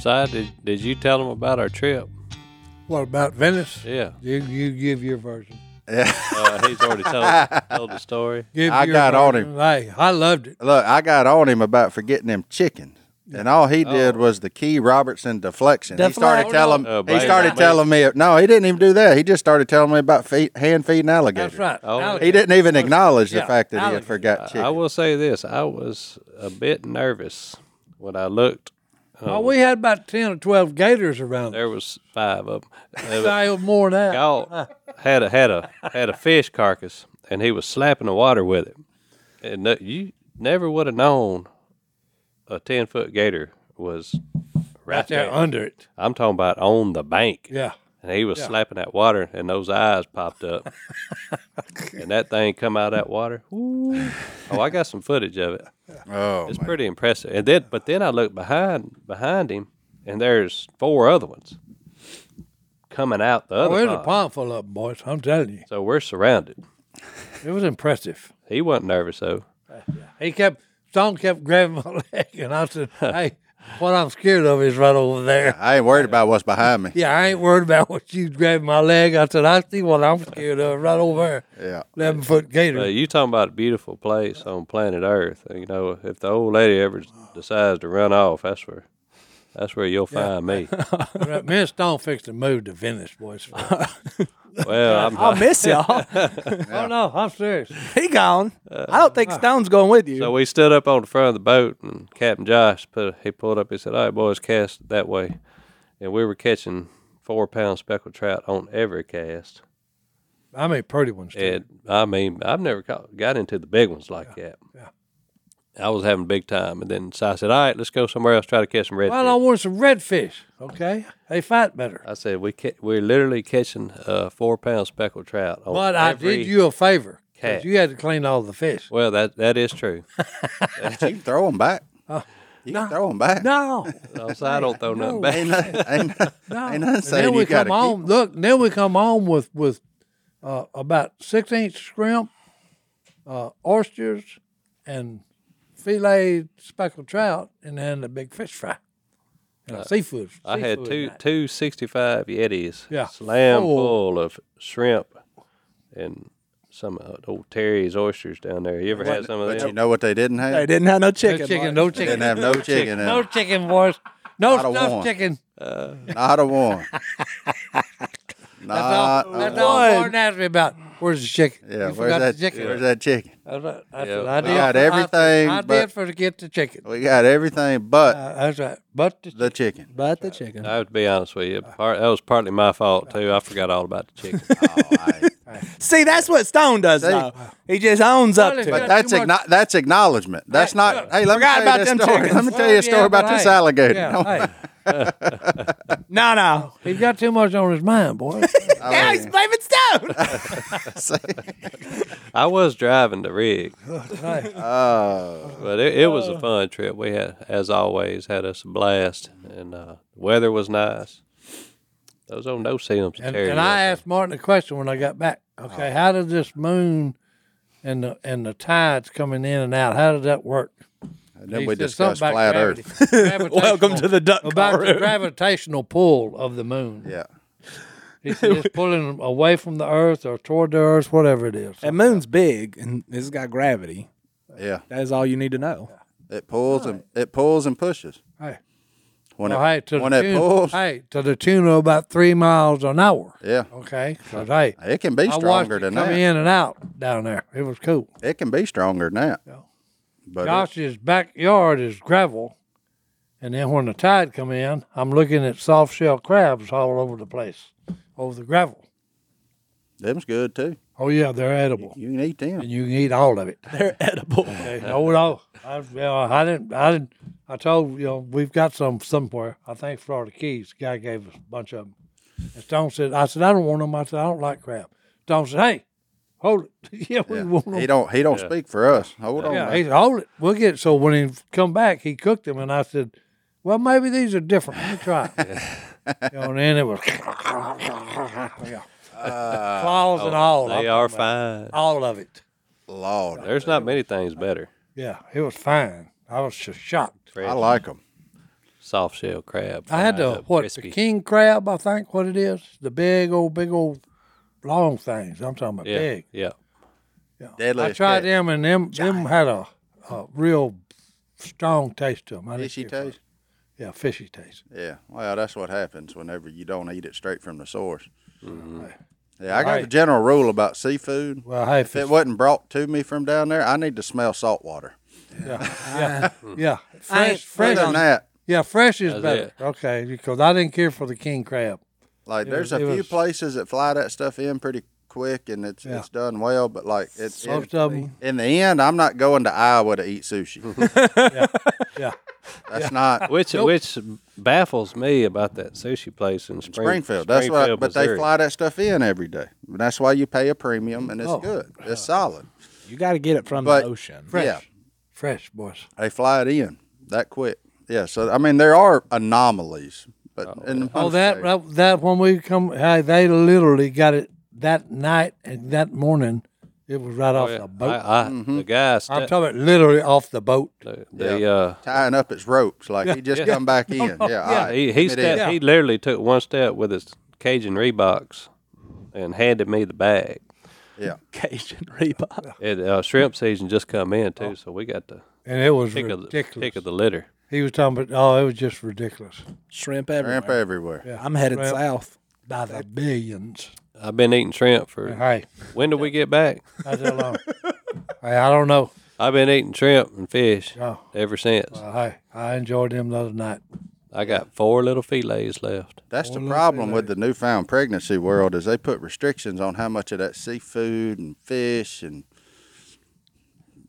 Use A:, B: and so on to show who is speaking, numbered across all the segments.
A: Si, did, did you tell them about our trip?
B: What about Venice?
A: Yeah.
B: You, you give your version.
A: Uh, he's already told, told the story.
B: Give
C: I
B: your
C: got on
B: version. Hey, I loved it.
C: Look, I got on him about forgetting them chicken. And all he did was the Key Robertson deflection. He started
D: Deflect.
C: telling
A: Oh,
C: he
A: baby.
C: started telling me no, he didn't even do that. He just started telling me about feed, hand feeding alligators.
B: That's right.
A: Oh.
B: Alligator.
C: He didn't even acknowledge the
B: Yeah,
C: fact that he had
B: alligator.
C: forgot
A: I
C: chicken.
A: will say this I was a bit nervous when I looked.
B: Well, we had about 10 or 12 gators around. us.
A: There was five of them.
B: I had more than that.
A: Galt had a had a had a fish carcass, and he was slapping the water with it. And no, you never would have known a ten foot gator was right
B: They're
A: there.
B: under it.
A: I'm talking about on the bank,
B: Yeah.
A: and he was slapping that water, and those eyes popped up, and that thing come out of that water. Ooh. Oh, I got some footage of it.
C: Oh,
A: It's pretty impressive. And then, but then I look behind behind him, and there's four other ones coming out the
B: Oh,
A: other.
B: there's a
A: pond.
B: pond full of them, boys. I'm telling you.
A: So we're surrounded.
B: It was impressive.
A: He wasn't nervous though.
B: He kept, Stone kept grabbing my leg, and I said, hey, what I'm scared of is right over there.
C: I ain't worried about what's behind me.
B: Yeah, I ain't worried about what you grabbing my leg. I said, I see what I'm scared of right over there.
C: Yeah.
B: 11 foot gator.
A: Uh, you talking about a beautiful place on planet Earth? uh, You know, if the old lady ever decides to run off, that's where, that's where you'll find me.
B: Right, Me and Stone fixed to move to Venice, boys. oh,
A: Well, I'm
D: I'll miss y'all.
B: no, I'm serious.
D: he gone. I don't think Stone's going with you.
A: so we stood up on the front of the boat, and Captain Josh put he pulled up. He said, "All right, boys, cast that way," and we were catching four pound speckled trout on every cast.
B: I mean, pretty ones, too.
A: And I mean, I've never caught, got into the big ones like that. I was having a big time, and then Si said, "All right, let's go somewhere else, try to catch some redfish."
B: Well, I want some redfish, okay? They fight better.
A: I said we ca- we're literally catching uh, four pound speckled trout. On
B: But I
A: every,
B: did you a favor. 'cause
A: cat.
B: You had to clean all the fish.
A: Well, that that is true.
C: You can throw them back.
B: Uh,
C: You can throw them back.
B: No,
A: No, so I don't throw nothing back.
C: Ain't, nothing- ain't,
B: no.
C: ain't nothing
B: And
C: saying
B: then we
C: you got
B: come
C: to
B: on. Look, then we come on with with uh, about six inch shrimp, uh, oysters, and filet speckled trout, and then the big fish fry, and seafood.
A: Uh, I had
B: seafood
A: two
B: night.
A: two sixty five Yetis,
B: Yeah.
A: slam
B: Oh.
A: full of shrimp and some uh, old Terry's oysters down there. You ever had some of
C: But you
A: them?
C: know what they didn't have?
D: they didn't have no chicken.
B: No chicken,
D: Mark.
B: no
C: They
B: chicken,
C: didn't have no
A: uh,
C: chicken in
B: no
C: it.
B: chicken, boys. No
C: Not a one.
B: stuffed chicken.
C: Not a one. Not
B: That's
C: a
B: all.
C: one.
B: That's all Martin asked me about. Where's the chicken?
C: Uh, Yeah,
B: you
C: where's
B: forgot
C: that,
B: the chicken.
C: where's that chicken?
B: That's right. That's
A: Yeah.
B: what I
A: We
B: did.
C: got
B: for- I-
C: everything
B: I,
C: but-
B: did for to get the chicken.
C: We got everything but
B: Uh, that's right. But the,
C: the chicken.
D: But the chicken.
A: I would be honest with you. Part, that was partly my fault too. I forgot all about the chicken.
D: See, that's what Stone does
C: See?
D: now. He just owns up
B: Well,
D: to
B: it's
D: it.
B: got-
C: That's
B: too much-
C: igno- that's acknowledgement. That's not. Hey, let me
D: Forgot
C: tell
D: about
C: you
D: them
C: this story. Let
D: chickens.
C: me tell you a
B: Well,
C: story
B: yeah,
C: about
B: but
C: this
B: hey,
C: alligator.
B: yeah, hey,
D: No, no.
B: he's got too much on his mind, boy.
D: Now he's blaming Stone.
A: I was driving the rig,
B: Hey,
C: Oh.
A: But it, it
B: Oh.
A: was a fun trip. We had, as always, had us a blast, and uh, weather was nice. Those old no sims
B: and, and I asked Martin a question when I got back. Okay, how does this moon and the and the tides coming in and out? How does that work?
C: And then
B: He
C: we
B: said
C: discussed
B: something
C: flat
B: about
C: Earth.
B: gravity-
D: Welcome to the duck
B: gravitational- about the
D: call room.
B: gravitational pull of the moon.
C: Yeah.
B: He said it's pulling away from the Earth or toward the Earth, whatever it is.
D: That moon's big and it's got gravity.
C: Yeah.
D: That is all you need to know.
C: It pulls and it pulls and pushes.
B: Hey.
C: When
B: Well,
C: it,
B: hey, to
C: when
B: the
C: it
B: tune,
C: pulls,
B: hey, to the tune of about three miles an hour.
C: yeah,
B: Okay, 'Cause, hey,
C: it can be
B: I watched
C: stronger
B: it
C: than
B: come
C: that.
B: in and out down there. It was cool.
C: It can be stronger than that. But it-
B: Josh's backyard is gravel, and then when the tide come in, I'm looking at soft shell crabs all over the place, over the gravel.
C: them's good too.
B: Oh yeah, they're edible,
C: You can eat them.
B: and you can eat all of it.
D: They're edible.
B: Okay, no, no, I, you know, I didn't, I didn't. I told you know we've got some somewhere. I think Florida Keys. The guy gave us a bunch of them. And Stone said, I said I don't want them. I said I don't like crab. Stone said, Hey, hold it. yeah, we want them.
C: He don't. He don't speak for us. Hold on.
B: Yeah,
C: man.
B: he said, hold it. We'll get it. So when he come back, he cooked them, and I said, well, maybe these are different. Let me try. it." you know, and then it was yeah. claws and all.
A: They
B: I'm
A: are
B: talking about
A: oh, fine.
B: All of it.
C: Lord,
A: There's not many things better.
B: Yeah, it was fine. I was just shocked.
A: Fresh
C: I like them.
A: soft shell crab.
B: I had
A: fried
B: the
A: up
B: what
A: crispy.
B: the king crab, I think what it is, the big old big old long things. I'm talking about
A: Yeah,
B: big.
A: yeah.
C: Deadly.
B: I
C: as
B: tried
C: cat.
B: them and them them had a, a real strong taste to them. I didn't
C: Fishy
B: care for it.
C: taste.
B: Yeah, fishy taste.
C: Yeah. Well, that's what happens whenever you don't eat it straight from the source.
A: Mm-hmm.
C: Yeah, I got a
B: Right.
C: general rule about seafood.
B: Well, hey,
C: If it
B: fish,
C: wasn't brought to me from down there, I need to smell salt water.
B: yeah, yeah, yeah.
E: I ain't
B: Fresh, fresh,
C: Other than that,
B: yeah, fresh is
A: Hmm. That's
B: better.
A: it.
B: Okay, because I didn't care for the king crab.
C: like there's
B: was-
C: a
B: it
C: few
B: was-
C: places that fly that stuff in pretty quick and it's
B: Yeah.
C: it's done well, but like it's in,
B: Most of them,
C: in the end, I'm not going to Iowa to eat sushi.
B: yeah,
C: That's not
A: Which which baffles me about that sushi place in Spring,
C: Springfield. That's what. I-
A: Springfield,
C: But they
A: Missouri.
C: fly that stuff in every day. And that's why you pay a premium, and it's
B: Oh.
C: good. It's solid.
D: You got to get it from
C: But-
D: the ocean.
B: fresh,
C: Yeah.
B: fresh boys.
C: They fly it in that quick. Yeah. So I mean, there are anomalies, but in the
B: Oh,
C: most
B: that, that
C: cases-
B: that when we come, hey, they literally got it that night and that morning. It was right off the boat.
A: Oh, I, I,
C: Mm-hmm.
A: The guy,
B: I, am
A: sta-
B: talking about literally off the boat.
A: the, the, uh,
C: tying up its ropes like he just come back in. Yeah. all right,
A: he he,
C: give me
A: step,
C: that.
A: he literally took one step with his Cajun Reeboks and handed me the bag.
C: Yeah.
D: Cajun Reebok.
A: It, uh, shrimp season just come in too, so we got the
B: And it was
A: pick of the,
B: ridiculous.
A: pick of the litter.
B: He was talking about, oh, it was just ridiculous.
D: Shrimp everywhere.
C: Ramp everywhere. Yeah.
D: I'm headed
B: Shrimp.
D: south.
B: By the billions.
A: I've been eating shrimp for.
B: Hey,
A: When do we get back?
B: not that long. hey, I don't know.
A: I've been eating shrimp and fish
B: Oh.
A: ever since.
B: Uh, hey, I enjoyed him the other night.
A: I got four little fillets left.
C: That's the problem with the newfound pregnancy world is they put restrictions on how much of that seafood and fish and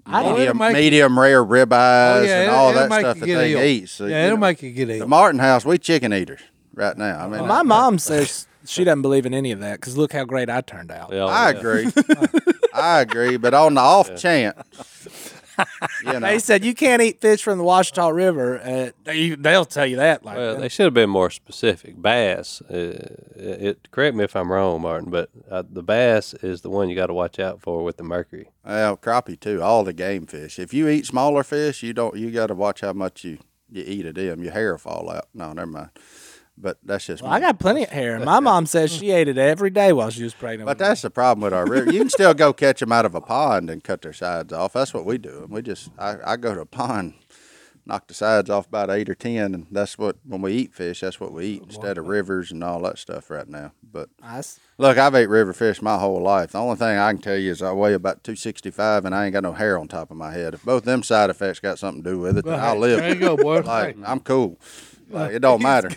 B: I don't-
C: medium,
B: it'll make-
C: medium rare ribeyes and
B: it'll-
C: all
B: it'll
C: that
B: make
C: stuff
B: you
C: that
B: get
C: they
B: ill.
C: eat. So,
B: yeah,
C: you
B: it'll
C: know,
B: make you get
C: the
B: ill.
C: Martin house. We chicken eaters right now. I mean,
D: My mom says she doesn't believe in any of that because look how great I turned out.
A: Yeah, Oh,
C: I
A: yeah.
C: agree. I agree, but on the off chance, you know,
D: They said you can't eat fish from the Washita River. Uh, they, they'll tell you that. Like,
A: Well, they should have been more specific. Bass. Uh, it, correct me if I'm wrong, Martin, but uh, the bass is the one you got to watch out for with the mercury.
C: well, crappie too. All the game fish. If you eat smaller fish, you don't. You got to watch how much you you eat of them. Your hair will fall out. No, never mind. But that's just.
D: Well, I
C: me.
D: got plenty of hair. My mom says she ate it every day while she was pregnant.
C: But
D: with me.
C: that's the problem with our river. You can still go catch them out of a pond and cut their sides off. That's what we do. And we just, I, I go to a pond, knock the sides off about eight or ten, and that's what when we eat fish, that's what we eat instead of rivers and all that stuff right now. But
D: I s-
C: look, I've ate river fish my whole life. The only thing I can tell you is I weigh about two sixty five, and I ain't got no hair on top of my head. If both them side effects got something to do with it, then I'll live.
B: There you go, boy.
C: Like I'm cool. Like it don't matter.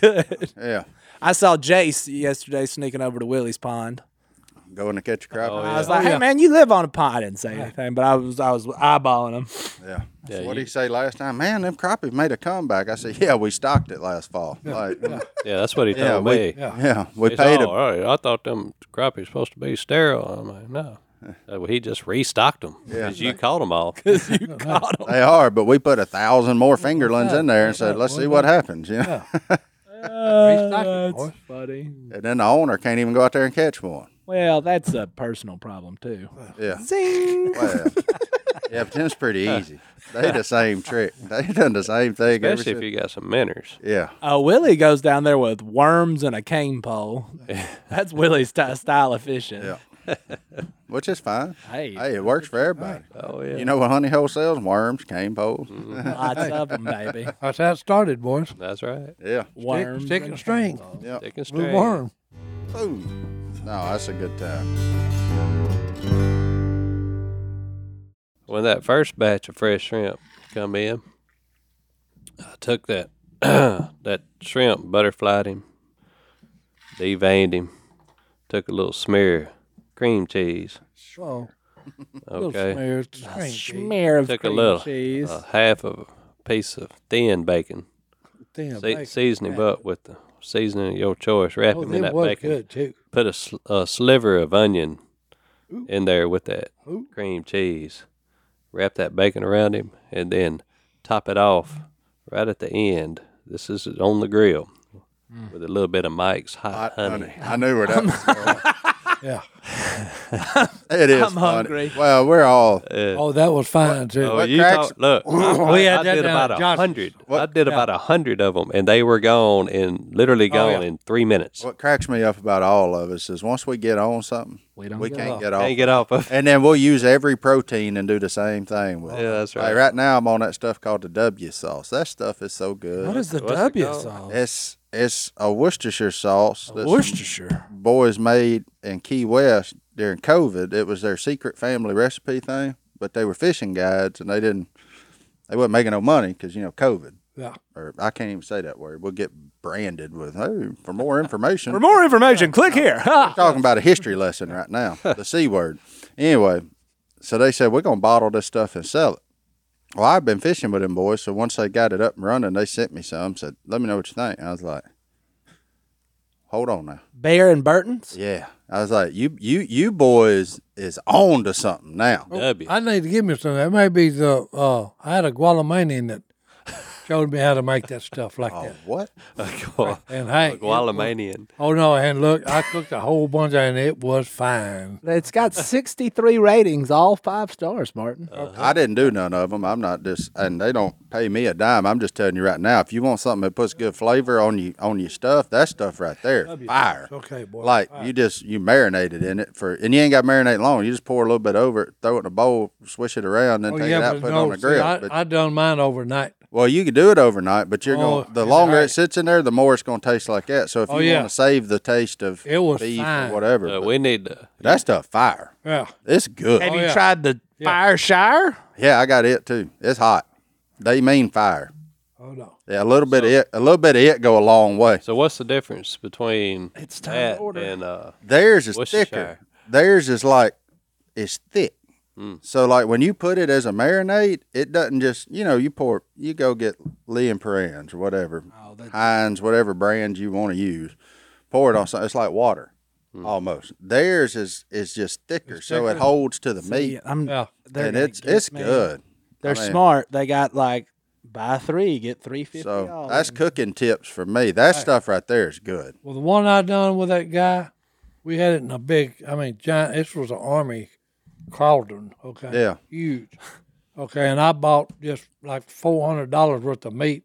C: Yeah,
D: I saw Jace yesterday sneaking over to Willie's Pond.
C: going to catch a crappie.
A: Oh,
D: I was like, "Hey man, you live on a pond." I didn't say anything, but I was I was eyeballing him.
C: Yeah. So what did he say last time? Man, them crappie made a comeback. I said, yeah, we stocked it last fall. Like, yeah,
A: Yeah, that's what he told
C: yeah,
A: me.
C: we, yeah. we
A: It's
C: paid
A: all
C: a
A: right. I thought them crappie was supposed to be sterile. I'm like, no. Uh, well, he just restocked them because you caught them all.
C: They are, but we put a thousand more fingerlings in there and said, let's see what happens. You know?
D: Uh,
B: Restock it, boy.
D: Buddy,
C: And then the owner can't even go out there and catch one.
D: well, that's a personal problem too.
C: Yeah.
D: Zing.
C: Well, yeah, but them's pretty easy. They the same trick. They done the same thing. ever
A: Especially if
C: since-
A: you got some minnows.
C: yeah.
D: Uh, Willie goes down there with worms and a cane pole. That's Willie's ty style of fishing.
C: Yeah. Which is fine.
D: Hey.
C: Hey, it works for everybody.
A: Oh, yeah.
C: You know what honey hole sells? Worms, cane poles.
E: Mm-hmm.
D: Lots of them, baby.
B: That's how it started, boys.
A: That's right.
C: Yeah.
D: Worms.
B: Stick and string.
C: Yeah.
A: They can string.
B: Blue worm.
C: Boom. No, that's a good time.
A: when that first batch of fresh shrimp come in, I took that that shrimp, butterflied him, deveined him, took a little smear cream cheese.
B: Oh, little
A: Okay,
B: smear.
E: Ah,
B: It's string, gee.
D: Smear of
A: took a
D: cream
A: little Uh,
D: cheese.
A: a half of a piece of thin bacon.
B: Damn,
A: Se-
B: bacon.
A: season him up with the seasoning of your choice. Wrap
B: Oh,
A: him in
B: them
A: that
B: was
A: bacon.
B: good, too.
A: Put a, sl- a sliver of onion in there with that cream cheese. Wrap that bacon around him and then top it off right at the end. This is on the grill
B: Mm.
A: with a little bit of Mike's hot, honey.
C: Honey. I knew where that was going.
B: Yeah.
C: It is
D: I'm
C: funny.
D: hungry.
C: Well, we're all.
B: Oh, that was fine too.
A: Oh,
C: What
A: you
C: cracks-
A: talk, look, I,
B: We had
A: Uh, I
B: that
A: did
B: down at
A: about a
B: Johnson's.
A: hundred. I
C: What-
A: did about a hundred of them, and they were gone in literally gone
B: yeah.
A: in three minutes.
C: Oh, What cracks me up about all of us is once we get on something, we,
D: don't get
C: can't
B: off.
C: get off.
A: Can't get off of.
C: And then we'll use every protein and do the same thing with. it.
A: Yeah, that's
C: Like
A: right.
C: right now, I'm on that stuff called the W sauce. That stuff is so good.
D: What is the
A: What's it
D: W
A: called?
E: Oh.
D: sauce?
C: It's it's a Worcestershire sauce that
D: Worcestershire.
C: boys made in Key West during COVID. It was their secret family recipe thing, but they were fishing guides and they didn't. They wasn't making no money because you know COVID.
B: Yeah.
C: Or I can't even say that word. We'll get branded with hey for more information.
D: For more information, click here. Ha!
C: talking about a history lesson right now, the C word. Anyway, so they said, we're going to bottle this stuff and sell it. Well, I've been fishing with them boys. So once they got it up and running, they sent me some, said, let me know what you think. And I was like, hold on now.
D: Bear and Burton's.
C: Yeah. I was like, you, you, you boys is on to something now.
A: W.
B: I need to give me some. That may be the. Uh, I had a Guatemalanian that showed me how to make that stuff like
C: Oh,
B: that.
C: what?
B: And hey, it was-
A: Gualamanian.
B: oh no! And look, I cooked a whole bunch and it was fine.
D: It's got 63 ratings, all five stars, Martin.
C: I didn't do none of them. I'm not just, and they don't pay me a dime. I'm just telling you right now. If you want something that puts good flavor on you on your stuff, that stuff right there, fire.
B: Okay, boy.
C: Like you just you marinate it in it for, and you ain't got to marinate long. You just pour a little bit over it, throw it in a bowl, swish it around, then
B: Oh,
C: take
B: yeah,
C: it out,
B: but
C: put it
B: no,
C: on the
B: see,
C: grill.
B: I,
C: but,
B: I done mine overnight.
C: well, you can do it overnight, but you're
B: Oh,
C: going to the
B: yeah,
C: longer
B: right.
C: it sits in there, the more it's going to taste like that. So if
B: Oh,
C: you
B: yeah.
C: want to save the taste of
B: It was
C: beef
B: fine.
C: or whatever,
A: Uh,
C: but
A: we need to.
C: that stuff fire.
B: Yeah.
C: It's good.
D: Have
B: Oh,
D: you
B: yeah.
D: tried the
B: Yeah.
D: Fire Shire?
C: Yeah, I got it too. It's hot. They mean fire.
B: Oh no.
C: Yeah, a little bit of it, a little bit of it go a long way.
A: So what's the difference between
D: It's time to
A: that
D: order.
A: and uh?
C: Theirs is
A: Worcestershire.
C: thicker. Theirs is like it's thick. So like when you put it as a marinade, it doesn't just you know you pour you go get Lee and Perrins or whatever Heinz whatever brand you want to use, pour it on something. It's like water almost. Theirs is is just thicker, so it
B: thicker.
C: holds to the meat,
D: I'm,
B: Yeah.
D: they're
C: and
D: gonna
C: it's
D: get
C: it's
D: me.
C: good.
D: They're
C: mean-
D: smart. They got like buy three, get three fifty.
C: So
D: off.
C: that's cooking tips for me. That stuff right there is good.
B: Well, the one I done with that guy, we had it in a big. I mean, giant. This was an army cauldron. Okay.
C: Yeah.
B: Huge. Okay, and I bought just like four hundred dollars worth of meat,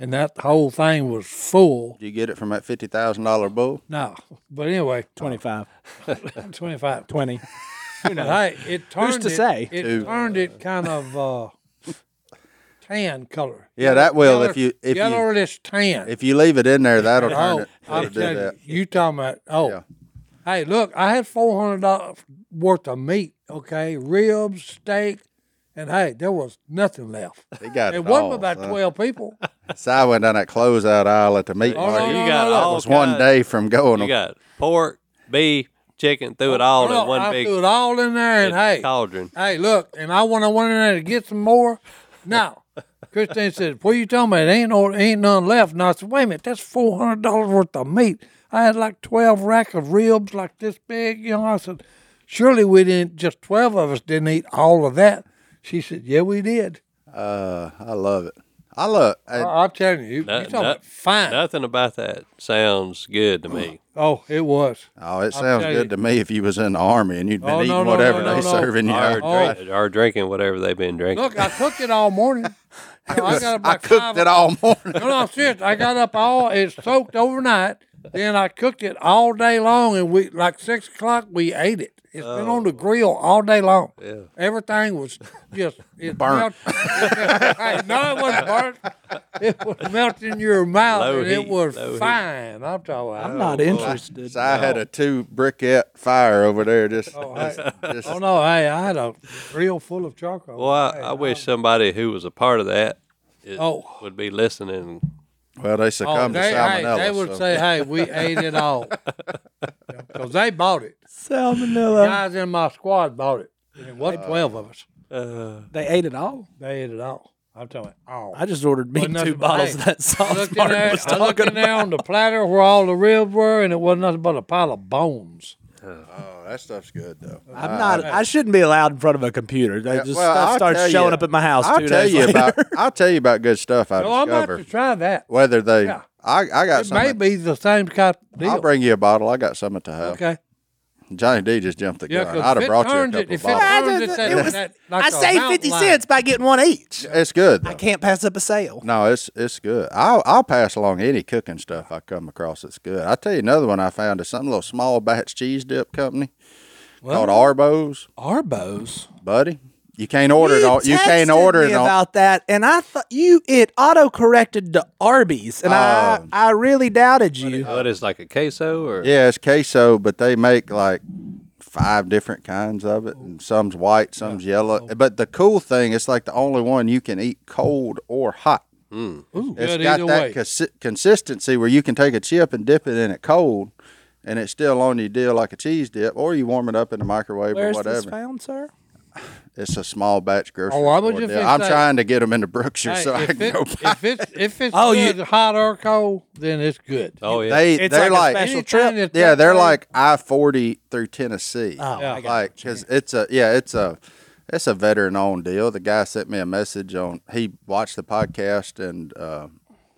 B: and that whole thing was full.
C: Do you get it from that fifty thousand dollar bull?
B: No, but anyway,
D: 25,
B: twenty five.
D: 20.
B: But hey, it turned.
D: Who's to
B: it,
D: say?
B: It
C: Who?
B: turned it kind of uh, tan color.
C: Yeah, that will
B: Yellow-
C: if you if you
B: yellowish tan.
C: If you leave it in there, that'll turn
B: oh,
C: it. It'll
B: I'm
C: do
B: telling
C: that.
B: you, you talking about? Oh,
C: Yeah.
B: hey, look, I had four hundred dollars worth of meat. Okay, ribs, steak, and hey, there was nothing left.
C: He got
B: It
C: it
B: wasn't
C: all.
B: about
C: son.
B: twelve people.
C: So I went down that closeout aisle at the meat
B: Oh,
C: market.
B: no, no,
A: you got
B: no, no.
A: all
C: It was one
A: kinds-
C: day from going.
A: You got pork, beef, chicken. Threw it all
B: Look,
A: in one
B: Oh, I
A: big
B: threw it all in there, and hey,
A: cauldron.
B: hey, look, and I went, I went in there to get some more. Now, Christine said, "What you talking about? It ain't no, ain't none left." And I said, "Wait a minute, that's four hundred dollars worth of meat. I had like twelve rack of ribs, like this big." You know, I said, "Surely we didn't. Just twelve of us didn't eat all of that." She said, "Yeah, we did."
C: uh, I love it. I love. oh, I,
B: I, am telling you, you
A: No-
B: talking
A: no-
B: about fine.
A: Nothing about that sounds good to me.
B: oh, it was.
C: oh, it sounds
B: tell you-
C: good to me. If you was in the army and you'd been
B: Oh, no,
C: eating
B: no, no,
C: whatever
B: no,
C: they
B: no.
C: serving you,
A: Or,
B: Oh.
A: drink, or drinking whatever they've been drinking.
B: Look, I cooked it all morning. You know, I, got
C: I
B: about
C: cooked
B: five-
C: it all morning.
B: No, no, I'm serious. I got up all it soaked overnight. Then I cooked it all day long, and we like six o'clock we ate it. It's been on
A: Oh.
B: the grill all day long. Yeah. Everything was just it
C: Burnt.
B: smelled- Hey, no, it wasn't burnt. It was melting in your mouth,
A: Low
B: and it
A: heat,
B: was
A: low heat.
B: fine. I'm talking. About.
D: I'm not interested.
C: So I had a two briquette fire over there. Just,
B: Oh,
C: just,
B: hey.
C: just-
B: Oh no! Hey, I had a grill full of charcoal.
A: well, I, I
B: um,
A: wish somebody who was a part of that it
B: Oh.
A: would be listening.
C: well, they
B: Oh,
C: succumbed
B: they,
C: to
B: hey,
C: salmonella.
B: they would
C: so-
B: say, "Hey, we ate it all," because they bought it.
D: salmonella.
B: guys in my squad bought it. And it wasn't 12 of us.
A: Uh,
D: They ate it all.
B: They ate it all. I'm telling you, all.
D: I just ordered me
B: Wasn't nothing
D: two
B: but-
D: bottles
B: hey,
D: of that
B: I
D: sauce
B: looked in
D: Martin
B: there,
D: was
B: I looked
D: talking
B: in there on the platter where all the ribs were, and it wasn't nothing but a pile of bones.
C: "Oh, that stuff's good though."
D: I'm not. I shouldn't be allowed in front of a computer. They just
C: well,
D: stuff
C: I'll tell
D: starts
C: you-
D: showing up at my house.
C: I'll
D: two
C: tell
D: days
C: you
D: later.
C: about. I'll tell you about good stuff I
B: So I'm about
C: discovered.
B: to try that.
C: Whether they,
B: Yeah.
C: I, I got
B: It may
C: some.
B: be the same kind of deal.
C: I'll bring you a bottle. I got some at the house.
B: okay.
C: Johnny D just jumped the
B: Yeah,
C: gun.
B: 'cause
C: I'd
B: if
C: have
B: it
C: brought you a
B: turns it-
C: couple
B: if it
C: bottles.
B: turns- Earned it that-
E: it was-
B: that- like
E: I
B: a
E: saved
B: mountain
E: 50
B: lion.
E: cents by getting one each.
C: It's good.
E: I
C: Though.
E: can't pass up a sale.
C: No, it's it's good. I'll I'll pass along any cooking stuff I come across that's good. I tell you another one I found is some little small batch cheese dip company called Arbo's,
D: Arbos.
C: buddy. You can't order it on. You can't
E: texted
C: order
E: me
C: it on.
E: about that, and I thought you it auto corrected to Arby's, and I
C: Oh.
E: I really doubted you.
A: What is like a queso or
C: Yeah, it's queso, but they make like five different kinds of it, and some's white, some's yellow. But the cool thing, it's like the only one you can eat cold or hot. It's
B: Good
C: got
B: either
C: that
B: way.
C: consi- consistency where you can take a chip and dip it in it cold, and it's still on your deal like a cheese dip, or you warm it up in the microwave
E: Where's
C: or
E: this
C: whatever.
E: found, sir?
C: It's a small batch grocery.
B: Oh, I was
C: store
B: just
C: deal.
B: gonna
C: I'm
B: say-
C: trying to get them into Brookshire
B: Hey,
C: so I
B: if,
C: can
B: it,
C: go buy.
B: if it's if it's
E: Oh, you-
B: good, hot or cold, then it's good.
A: Oh yeah.
C: They
E: It's
C: they're
E: like a
C: like,
E: special
B: Anything
E: trip.
B: that's
C: yeah,
B: that
C: they're
B: way,
C: like I forty through Tennessee.
E: Oh,
B: Yeah.
E: I got
C: like because it's a yeah it's a it's a veteran owned deal the guy sent me a message on he watched the podcast and uh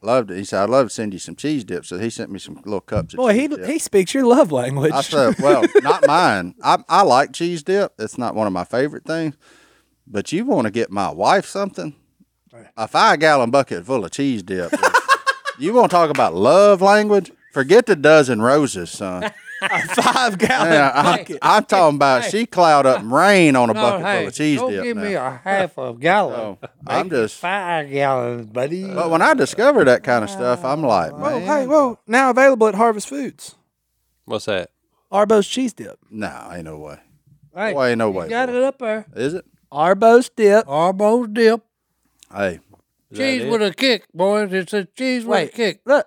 C: loved it he said i'd love to send you some cheese dips so he sent me some little cups of
E: Boy, he
C: cheese dip.
E: he speaks your love language.
C: i said well not mine I, I like cheese dip it's not one of my favorite things but you want to get my wife something a five gallon bucket full of cheese dip you want to talk about love language forget the dozen roses son
E: five gallon
C: yeah, I'm,
E: bucket.
C: I'm talking about she cloud up and rain on a
B: No,
C: bucket
B: hey,
C: full of cheese
B: don't
C: dip.
B: give
C: now. Oh.
B: me a half a gallon.
C: So, I'm just.
B: Five gallons, buddy.
C: But when I discover that
B: Uh,
C: kind of stuff, I'm like,
E: Whoa,
C: man,
E: Oh, hey, whoa! Now available at Harvest Foods.
A: What's that?
E: Arbo's cheese dip.
C: nah, ain't no way.
B: hey,
C: Boy, ain't no
B: you
C: way.
B: Got
C: boy.
B: it up there.
C: Is it?
E: Arbo's dip.
B: Arbo's dip.
C: Hey,
A: Is that
B: Cheese
A: it?
B: with a kick, boys. It's a cheese with a
E: Wait,
B: kick.
E: look,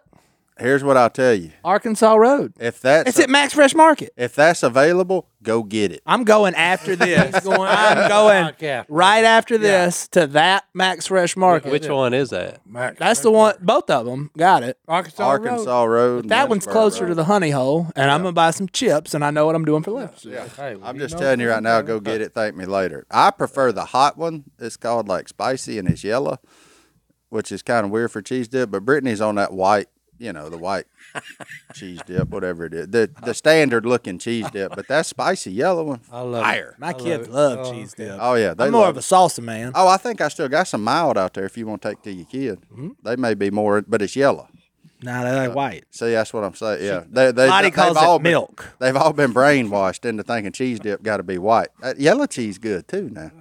C: here's what I'll tell you.
E: Arkansas Road.
C: If that's
E: It's at Max Fresh Market.
C: if that's available, go get it.
E: I'm going after this.
B: going
E: I'm
B: after
E: going
B: the podcast.
E: right after this to that Max Fresh Market.
A: Which one is that?
B: Max.
E: That's the one. Both of them got it.
B: Arkansas. Road.
C: Arkansas Road.
E: That one's closer to the honey hole, and I'm gonna buy some chips, and I know what I'm doing for lunch.
C: Yeah.
B: Hey, well,
C: I'm
B: you
C: just
B: know
C: telling you right now, go get
E: uh,
C: it. Thank me later. I prefer the hot one. It's called like spicy and it's yellow, which is kind of weird for cheese dip. But Brittany's on that white, you know, the white cheese dip, whatever it is, the the standard looking cheese dip. But that spicy yellow one,
B: I love
C: fire.
E: My kids
B: it.
E: love
B: Oh,
E: cheese dip.
C: Oh yeah, they
E: I'm more
C: love
E: of a
C: it.
E: salsa man.
C: Oh, I think I still got some mild out there. If you want to take to your kid,
E: Hmm?
C: they may be more, but it's yellow.
E: Nah, they like white.
C: See, that's what I'm saying. Yeah, they they
E: Lottie
C: they've
E: calls
C: all
E: it
C: been-
E: milk.
C: They've all been brainwashed into thinking cheese dip got to be white. That yellow cheese good too now.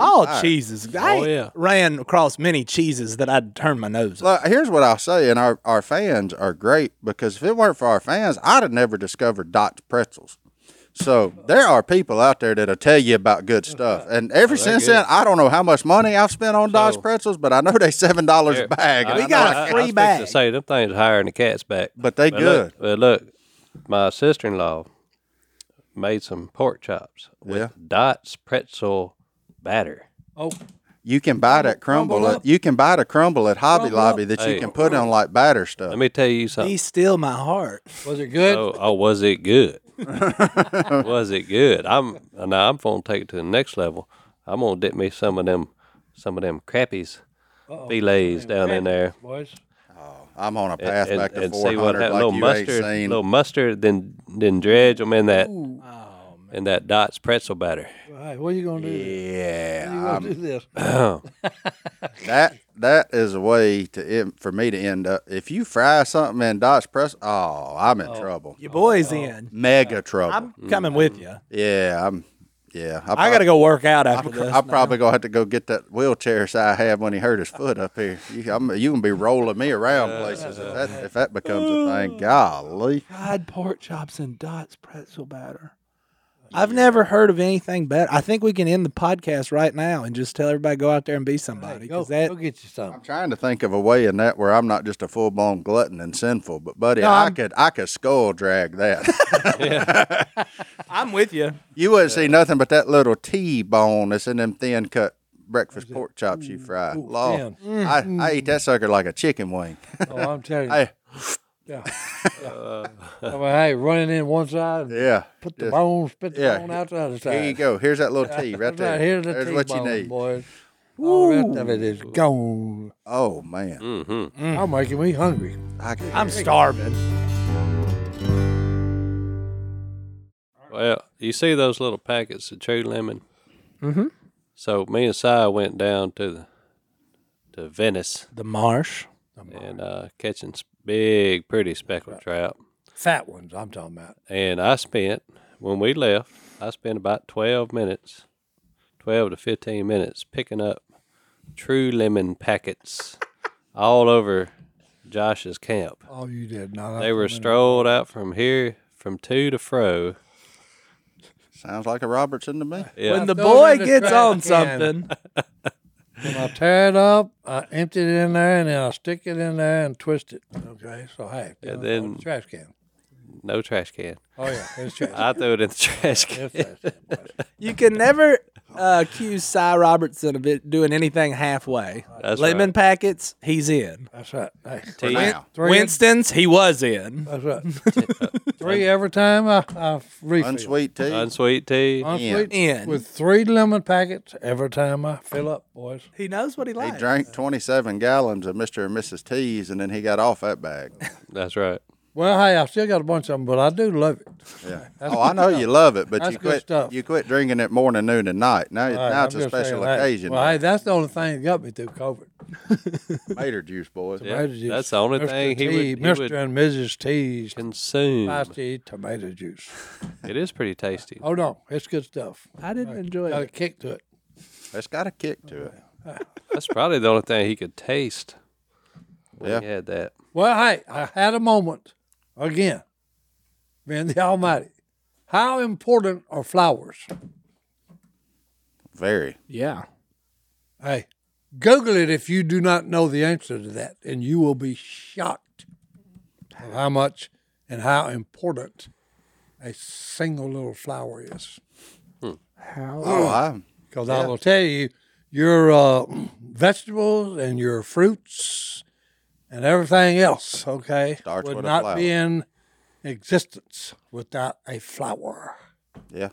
E: All cheeses. I
A: Oh, yeah.
E: ran across many cheeses that I'd turn my nose at.
C: Look, here's what I'll say, and our, our fans are great because if it weren't for our fans, I'd have never discovered Dot's pretzels. So there are people out there that'll tell you about good stuff. And ever since then, I don't know how much money I've spent on Dot's
A: Oh, So-
C: pretzels, but I know they're seven dollars a bag.
A: I-
C: and
E: We
A: I
C: I
E: got
A: know-
E: a
A: I- I
E: free
A: was fixing
E: bag.
A: to Say them things higher than the cat's back.
C: But they
A: But look-
C: good.
A: but look, my sister-in-law made some pork chops with
C: Yeah.
A: Dots pretzel batter.
B: Oh,
C: You can buy that crumble.
B: Crumble
C: at, you can buy the crumble at Hobby
B: Crumble
C: Lobby that
A: Hey.
C: you can put on like batter stuff.
A: Let me tell you something.
E: Be still my heart.
B: was it good?
A: Oh, oh, was it good? was it good? I'm now I'm gonna take it to the next level. I'm gonna dip me some of them, some of them crappies, fillets down in there,
B: Boys.
C: I'm on a path
A: and, and,
C: back to
A: and see what
C: 400
A: happened.
C: like
A: little
C: you
A: mustard,
C: ain't seen.
A: little mustard, then then dredge them in that in that Dots pretzel batter.
B: Hey, what are you gonna do?
C: yeah,
B: You gonna do this?
C: that that is a way to end, for me to end up. If you fry something in Dutch press, oh, I'm in trouble,
E: Your boy's in.
C: mega trouble.
E: I'm coming with you.
C: yeah, I'm. Yeah,
E: I gotta go work out after
C: I'm,
E: this.
C: I'm probably gonna have to go get that wheelchair I had when he hurt his foot up here. You, I'm, you can be rolling me around places if that if that becomes a thing. Golly,
D: Fried pork chops and dots pretzel batter.
E: I've never heard of anything better. I think we can end the podcast right now and just tell everybody go out there and be somebody.
B: Go,
E: 'cause that,
B: go get you
C: I'm
B: some.
C: trying to think of a way in that where I'm not just a full blown glutton and sinful. But buddy,
E: No,
C: I
E: I'm-
C: could I could skull drag that.
E: I'm with you.
C: You wouldn't
B: Uh,
C: see nothing but that little T bone that's in them thin cut breakfast pork chops
B: Mm.
C: you fry. Lord, I, I eat
B: Mm-hmm.
C: that sucker like a chicken wing.
B: Oh, I'm telling you.
C: Hey,
B: Yeah. yeah. I mean, hey, running in one side,
C: yeah.
B: put the
C: Just-
B: bone, spit the
C: yeah.
B: bone out the other side.
C: Here you go. Here's that little T right there.
B: Here's the
C: There's
B: T-bone,
C: what you need. Mm.
B: boys. All the rest of it is gone.
C: Oh man,
A: Mm. Mm-hmm.
B: I'm making me hungry.
C: I could.
E: I'm starving.
A: Well, Well, you see those little packets of true lemon.
E: Mhm.
A: So me and Si went down to the to Venice
E: The marsh.
A: and uh, catching s- big, pretty speckled trout.
B: Fat ones I'm talking about.
A: And I spent when we left, I spent about twelve minutes, twelve to fifteen minutes picking up true lemon packets all over Josh's camp.
B: Oh, you did not.
A: They were strolled out from here from to to fro.
C: Sounds like a Robertson to me.
A: Yeah.
D: When the
B: Throw it
D: boy
B: in the
D: gets
B: trash
D: on
B: can.
D: something,
B: When I tear it up, I empty it in there, and then I stick it in there and twist it. Okay, so hey, you
A: And
B: know, it's
A: then-
B: a trash can.
A: no trash can.
B: Oh yeah, it's trash.
A: I threw it in the trash can.
B: It's trash can.
D: you can never uh, accuse Cy Robertson of it doing anything halfway.
A: That's
D: Lemon
A: right.
D: packets, he's in.
B: That's right. Hey,
A: Tea.
C: Now,
B: three. Uh,
D: Winston's, he was in.
B: That's right. three every time I, I refill.
C: unsweet tea.
A: Unsweet tea.
B: Unsweet.
D: In.
B: With three lemon packets every time I fill up, boys.
D: He knows what he
C: he
D: likes.
C: drank 27 gallons of Mr. and Mrs. T's, and then he got off that bag.
A: That's right.
B: Well, hey, I still got a bunch of them, but I do love it.
C: Yeah.
B: That's
C: oh, I
B: good
C: know you love it, but
B: That's
C: you
B: good
C: quit.
B: stuff.
C: You quit drinking it morning, noon, and night. Now,
B: All right,
C: now it's
B: I'm
C: a
B: just saying,
C: special
B: hey,
C: occasion.
B: well, hey, that's the only thing that got me through COVID.
C: Mater juice, boys.
A: Yeah,
B: Tomato juice.
A: that's the only
B: Mr.
A: thing he
B: T,
A: would- he
B: Mr.
A: would-
B: and Mrs. T's
A: Consume.
B: iced tea tomato juice.
A: It is pretty tasty.
B: Oh no, it's good stuff.
D: I didn't enjoy
B: Got a
D: it.
B: kick to it.
C: It's got a kick to it.
A: That's probably the only thing he could taste. When
C: Yeah.
A: He had that.
B: Well, hey, I had a moment again. Man, the Almighty. How important are flowers?
C: Very.
D: Yeah.
B: Hey, Google it if you do not know the answer to that, and you will be shocked of how much and how important a single little flower is.
C: Oh, I,
B: Because I will tell you, your uh, vegetables and your fruits and everything else, okay,
C: Starts
B: would
C: with a
B: not
C: flower.
B: be in existence without a flower.
C: yeah.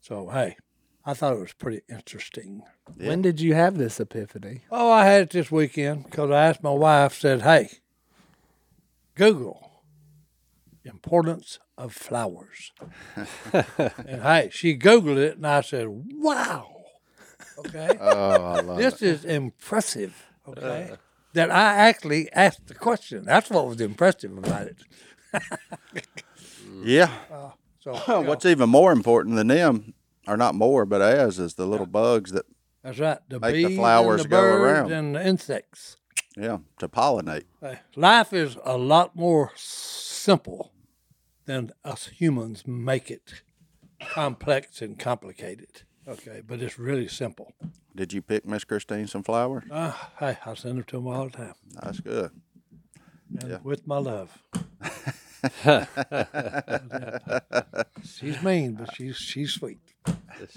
B: So hey, I thought it was pretty interesting.
C: Yeah.
D: When did you have this epiphany?
B: Oh, I had it this weekend because I asked my wife. Said, "Hey, Google importance of flowers," and hey, she Googled it, and I said, "Wow, okay,
C: Oh, I love it.
B: this is impressive." Okay,
C: Uh.
B: that I actually asked the question. That's what was impressive about it.
C: Yeah.
B: So
C: Oh, What's even more important than them, or not more, but as, is the little bugs that,
B: that's right. The
C: Make the
B: bees
C: flowers
B: and the
C: go
B: birds
C: around.
B: and the insects.
C: yeah, to pollinate.
B: Uh, Life is a lot more simple than us humans make it complex and complicated. Okay, but it's really simple.
C: Did you pick Miss Christine some flowers?
B: Uh, hey, I send them to them all the time
C: That's good.
B: and with my love. she's mean, but she's she's sweet.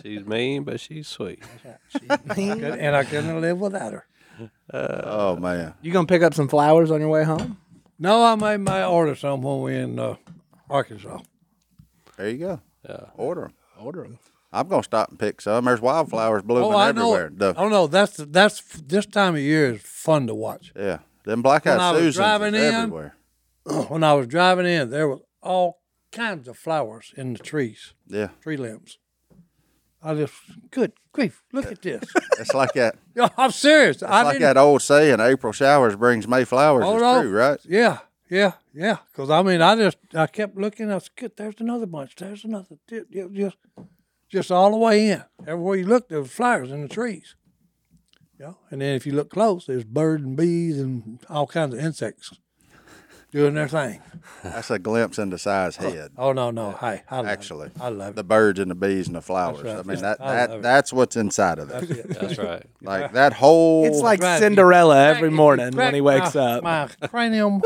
A: She's mean, but she's sweet.
B: Good- and I couldn't live without her.
C: oh man,
D: You gonna pick up some flowers on your way home?
B: No, I made my order somewhere in uh, Arkansas.
C: there you go. Yeah. Order them. Order them. I'm gonna stop and pick some. There's wildflowers blooming
B: Oh, I know.
C: everywhere.
B: it.
C: The-
B: Oh no, that's that's this time of year is fun to watch.
C: yeah, them black
B: When I
C: eyed
B: was
C: Susans is
B: driving in-
C: everywhere.
B: when I was driving in, there was all kinds of flowers in the trees,
C: Yeah,
B: tree limbs. I just, good grief, look at this.
C: it's like that. It's
B: Yeah, I'm serious. I
C: like
B: didn't.
C: that old saying: April showers brings May flowers.
B: Oh,
C: it's
B: no.
C: true, right?
B: Yeah, yeah, yeah. Because I mean, I just, I kept looking. I said, good, there's another bunch. There's another. Ju- ju- Just, just all the way in. Everywhere you looked, there was flowers in the trees. Yeah. And then if you look close, there's birds and bees and all kinds of insects doing their thing.
C: That's a glimpse into Si's head.
B: Oh no, no. Hey, I love it.
C: Actually,
B: I love it.
C: uh, the birds and the bees and the flowers.
B: right.
C: I mean,
B: Yeah,
C: that,
B: I
C: that
B: love it.
C: that's what's inside of it.
A: That's right.
C: Like that whole.
D: It's like
B: Right.
D: Cinderella every
B: If Oh, you
D: morning when
B: crack
D: he wakes
B: my-
D: up.
B: My cranium,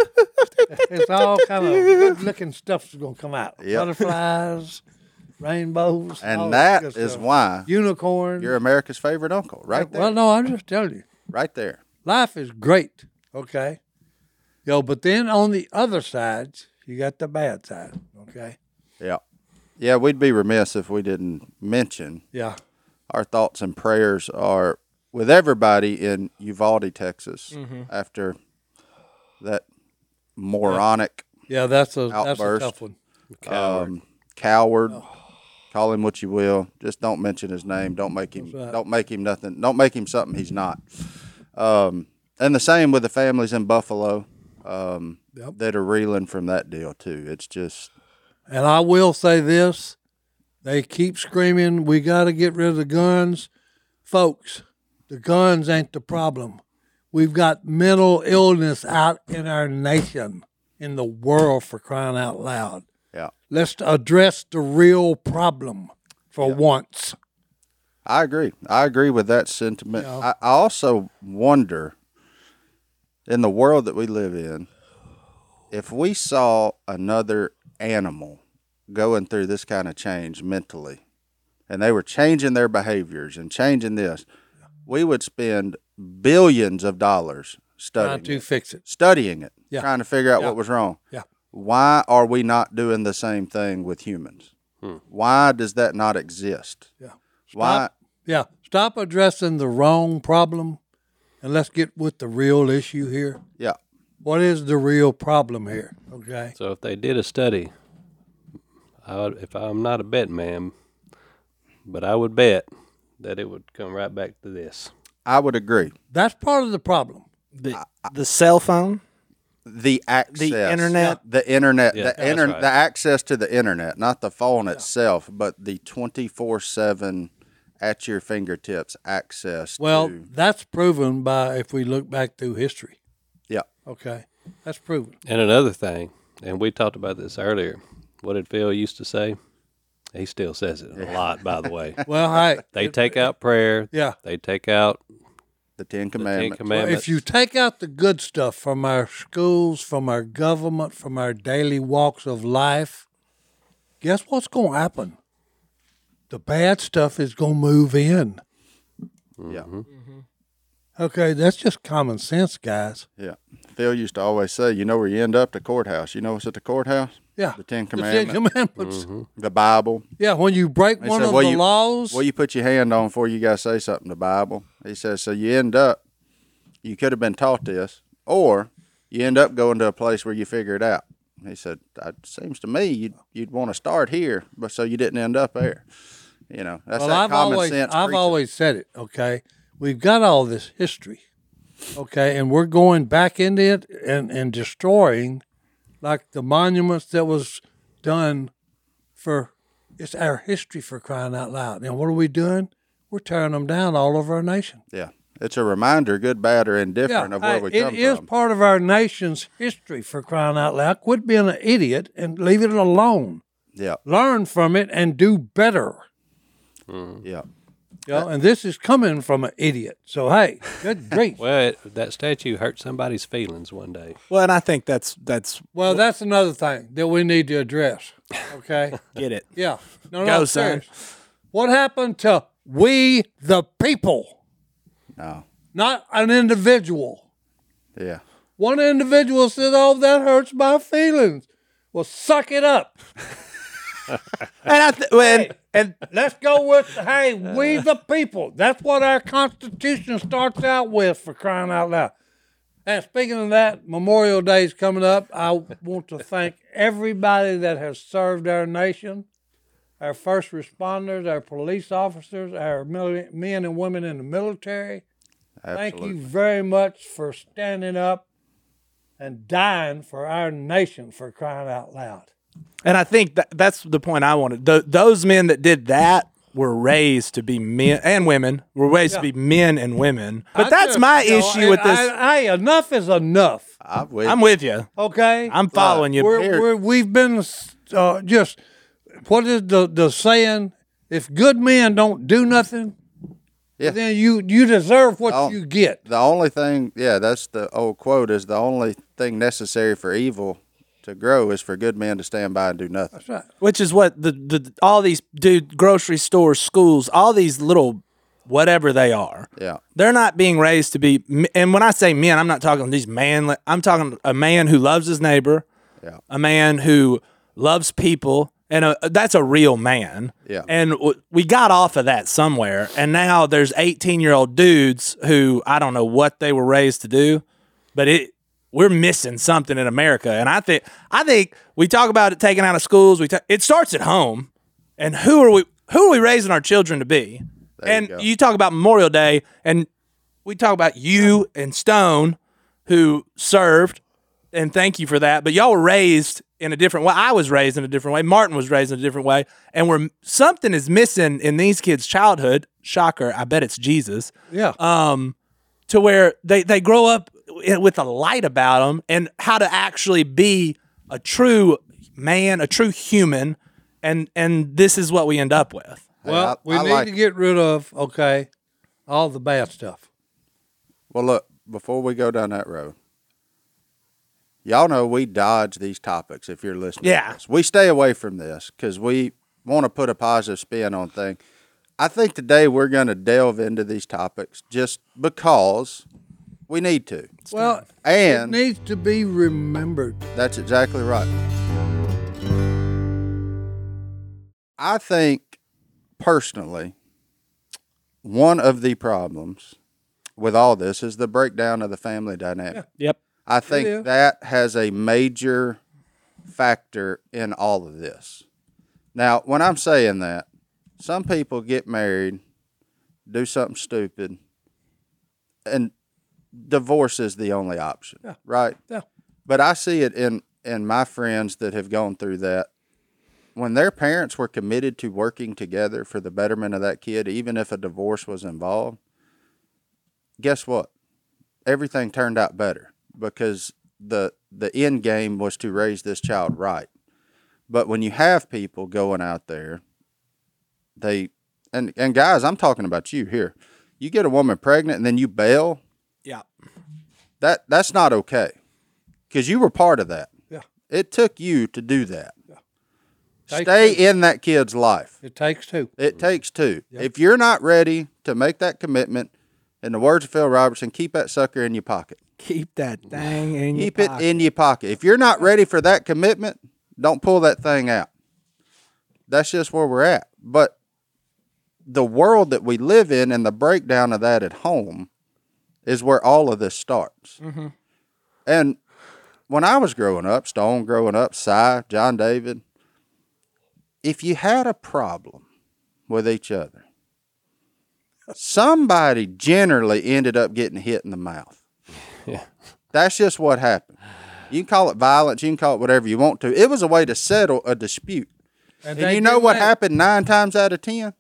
B: it's all kind of good looking stuff's gonna come out.
C: Yep.
B: Butterflies, rainbows, all
C: and that
B: good
C: is
B: stuff.
C: why
B: unicorn.
C: you're America's favorite uncle, right there,
B: Well, no, I'm just telling you,
C: right there.
B: life is great. Okay, yo, but then on the other side, you got the bad side. Okay,
C: Yeah, yeah. We'd be remiss if we didn't mention
B: yeah,
C: our thoughts and prayers are with everybody in Uvalde, Texas,
B: Mm-hmm.
C: after that moronic
B: yeah. That's a that's a
C: Outburst.
B: tough one.
C: um, coward Call him what you will. Just don't mention his name. Don't make him.
B: That's right.
C: Don't make him nothing. Don't make him something he's not. Um, and the same with the families in Buffalo um,
B: Yep.
C: that are reeling from that deal too. It's just
B: And I will say this they keep screaming, we got to get rid of the guns. Folks, the guns ain't the problem. We've got mental illness out in our nation, in the world, for crying out loud.
C: yeah.
B: Let's address the real problem for once.
C: I agree. I agree with that sentiment.
B: Yeah.
C: I, I also wonder in the world that we live in, if we saw another animal going through this kind of change mentally and they were changing their behaviors and changing this, we would spend billions of dollars
B: Trying
C: studying
B: to
C: it,
B: fix it.
C: studying it
B: Yeah.
C: trying to figure out
B: Yeah.
C: what was wrong.
B: Yeah.
C: Why are we not doing the same thing with humans? Why does that not exist?
B: Yeah.
C: Why?
B: Stop- Yeah. Stop addressing the wrong problem and let's get with the real issue here.
C: Yeah.
B: What is the real problem here? Okay.
A: So if they did a study, I would, if I'm not a bet man, but I would bet that it would come right back to this.
C: I would agree.
B: That's part of the problem.
E: The, the cell phone.
C: The access,
E: internet.
C: the internet,
A: Yeah,
C: the
A: that's
C: inter-
A: right.
C: the access to the internet, not the phone itself, but the twenty four seven at your fingertips access.
B: Well,
C: to,
B: that's proven by if we look back through history.
C: yeah,
B: Okay. That's proven.
A: And another thing, and we talked about this earlier. What did Phil used to say? He still says it a lot, by the way.
B: Well, hey,
A: They take out prayer.
B: Yeah.
A: They take out
C: the Ten
A: Ten
C: Commandments.
A: Commandments.
B: if you take out the good stuff from our schools, from our government, from our daily walks of life, guess what's going to happen? The bad stuff is going to move in.
C: Yeah,
B: Okay, that's just common sense, guys.
C: yeah. Phil used to always say, "You know where you end up? The courthouse. You know what's at the courthouse?
B: Yeah.
C: The
B: Ten
C: Ten Commandments,
B: Commandments.
C: the Bible."
B: Yeah, when you break
C: They
B: one
C: said,
B: of
C: "Well,
B: the
C: you-
B: laws,
C: Well, you put your hand on before you guys say something to Bible. He says, so you end up, you could have been taught this, or you end up going to a place where you figure it out. He said, it seems to me you'd, you'd want to start here, but so you didn't end up there. You know, that's
B: well,
C: that
B: I've
C: common
B: always,
C: sense.
B: I've
C: preaching.
B: always said it. Okay, we've got all this history. Okay, and we're going back into it and and destroying, like the monuments that was done, for it's our history for crying out loud. And what are we doing? We're tearing them down all over our nation.
C: yeah, it's a reminder, good, bad, or indifferent, of where
B: hey,
C: we
B: it
C: come
B: is
C: from.
B: part of our nation's history for crying out loud. Quit being an idiot and leave it alone.
C: yeah,
B: Learn from it and do better.
C: yeah,
B: You know, and this is coming from an idiot. So hey, good grief.
A: Well, it, that statue hurt somebody's feelings one day.
E: Well, and I think that's that's
B: Well, that's another thing that we need to address. Okay.
E: get it.
B: Yeah. No, no,
E: Go,
B: I'm
E: son.
B: serious. What happened to we the people?
C: no,
B: Not an individual.
C: yeah.
B: One individual said, Oh, that hurts my feelings. Well, suck it up.
E: And I th- when and
B: Let's go with, hey, we the people. That's what our Constitution starts out with for crying out loud. And speaking of that, Memorial Day is coming up. I want to thank everybody that has served our nation our first responders, our police officers, our mili- men and women in the military.
C: Absolutely.
B: Thank you very much for standing up and dying for our nation for crying out loud.
E: and I think that that's the point I wanted. Th- those men that did that were raised to be men and women were raised to be men and women. But
B: I
E: that's
B: just-
E: my
B: you know,
E: issue with
B: I-
E: this.
B: I, I, enough is enough.
C: I'm with
E: I'm with you.
B: Okay,
E: I'm following you.
B: We're, we're, we've been uh, just what is the the saying? If good men don't do nothing,
C: Yeah.
B: then you you deserve what
C: Oh.
B: you get.
C: the only thing yeah that's the old quote is the only thing necessary for evil to grow is for good men to stand by and do nothing
E: Which is what the, the all these dude grocery stores, schools, all these little whatever they are.
C: yeah
E: They're not being raised to be m- and when I say men, I'm not talking these manly I'm talking a man who loves his neighbor,
C: Yeah.
E: a man who loves people and a, that's a real man.
C: Yeah.
E: And w- we got off of that somewhere and now there's 18-year-old dudes who I don't know what they were raised to do, but it we're missing something in America. And I think I think we talk about it taking out of schools. We ta- it starts at home, and who are we who are we raising our children to be?
C: you
E: and
C: go.
E: you talk about Memorial Day and we talk about you and Stone who served and thank you for that. But y'all were raised in a different way. I was raised in a different way. Martin was raised in a different way. And we're something is missing in these kids' childhood. Shocker. I bet it's Jesus
B: Yeah.
E: um, to where they, they grow up i- with a light about them and how to actually be a true man, a true human, and and this is what we end up with.
B: well,
C: I-
B: we
C: I
B: need
C: like-
B: to get rid of okay, all the bad stuff.
C: Well, look, before we go down that road, y'all know we dodge these topics if you're listening. to
E: Yeah.
C: this. We stay away from this because we want to put a positive spin on things. I think today we're going to delve into these topics just because we need to.
B: Well, it
C: And
B: needs to be remembered.
C: that's exactly right. I think personally, one of the problems with all this is the breakdown of the family dynamic.
D: Yep.
C: I think
B: yeah.
C: that has a major factor in all of this. Now, when I'm saying that, some people get married, do something stupid, and divorce is the only option, right?
B: Yeah.
C: But I see it in in my friends that have gone through that. When their parents were committed to working together for the betterment of that kid, even if a divorce was involved, guess what? everything turned out better because the the end game was to raise this child right. But when you have people going out there, they and and guys, I'm talking about you here. You get a woman pregnant and then you bail.
E: Yeah.
C: That that's not okay. Cuz you were part of that.
B: Yeah.
C: It took you to do that.
B: Take
C: Stay in that kid's life.
B: It takes two.
C: It takes two. If you're not ready to make that commitment, in the words of Phil Robertson, keep that sucker in your pocket.
D: Keep that thing in
C: Keep it in your pocket. If you're not ready for that commitment, don't pull that thing out. That's just where we're at. But the world that we live in and the breakdown of that at home is where all of this starts. And when I was growing up, Stone growing up, Cy, John David, if you had a problem with each other, somebody generally ended up getting hit in the mouth. That's just what happened. You can call it violence. You can call it whatever you want to. It was a way to settle a dispute. And
B: they
C: you know
B: did
C: what
B: that.
C: happened nine times out of ten?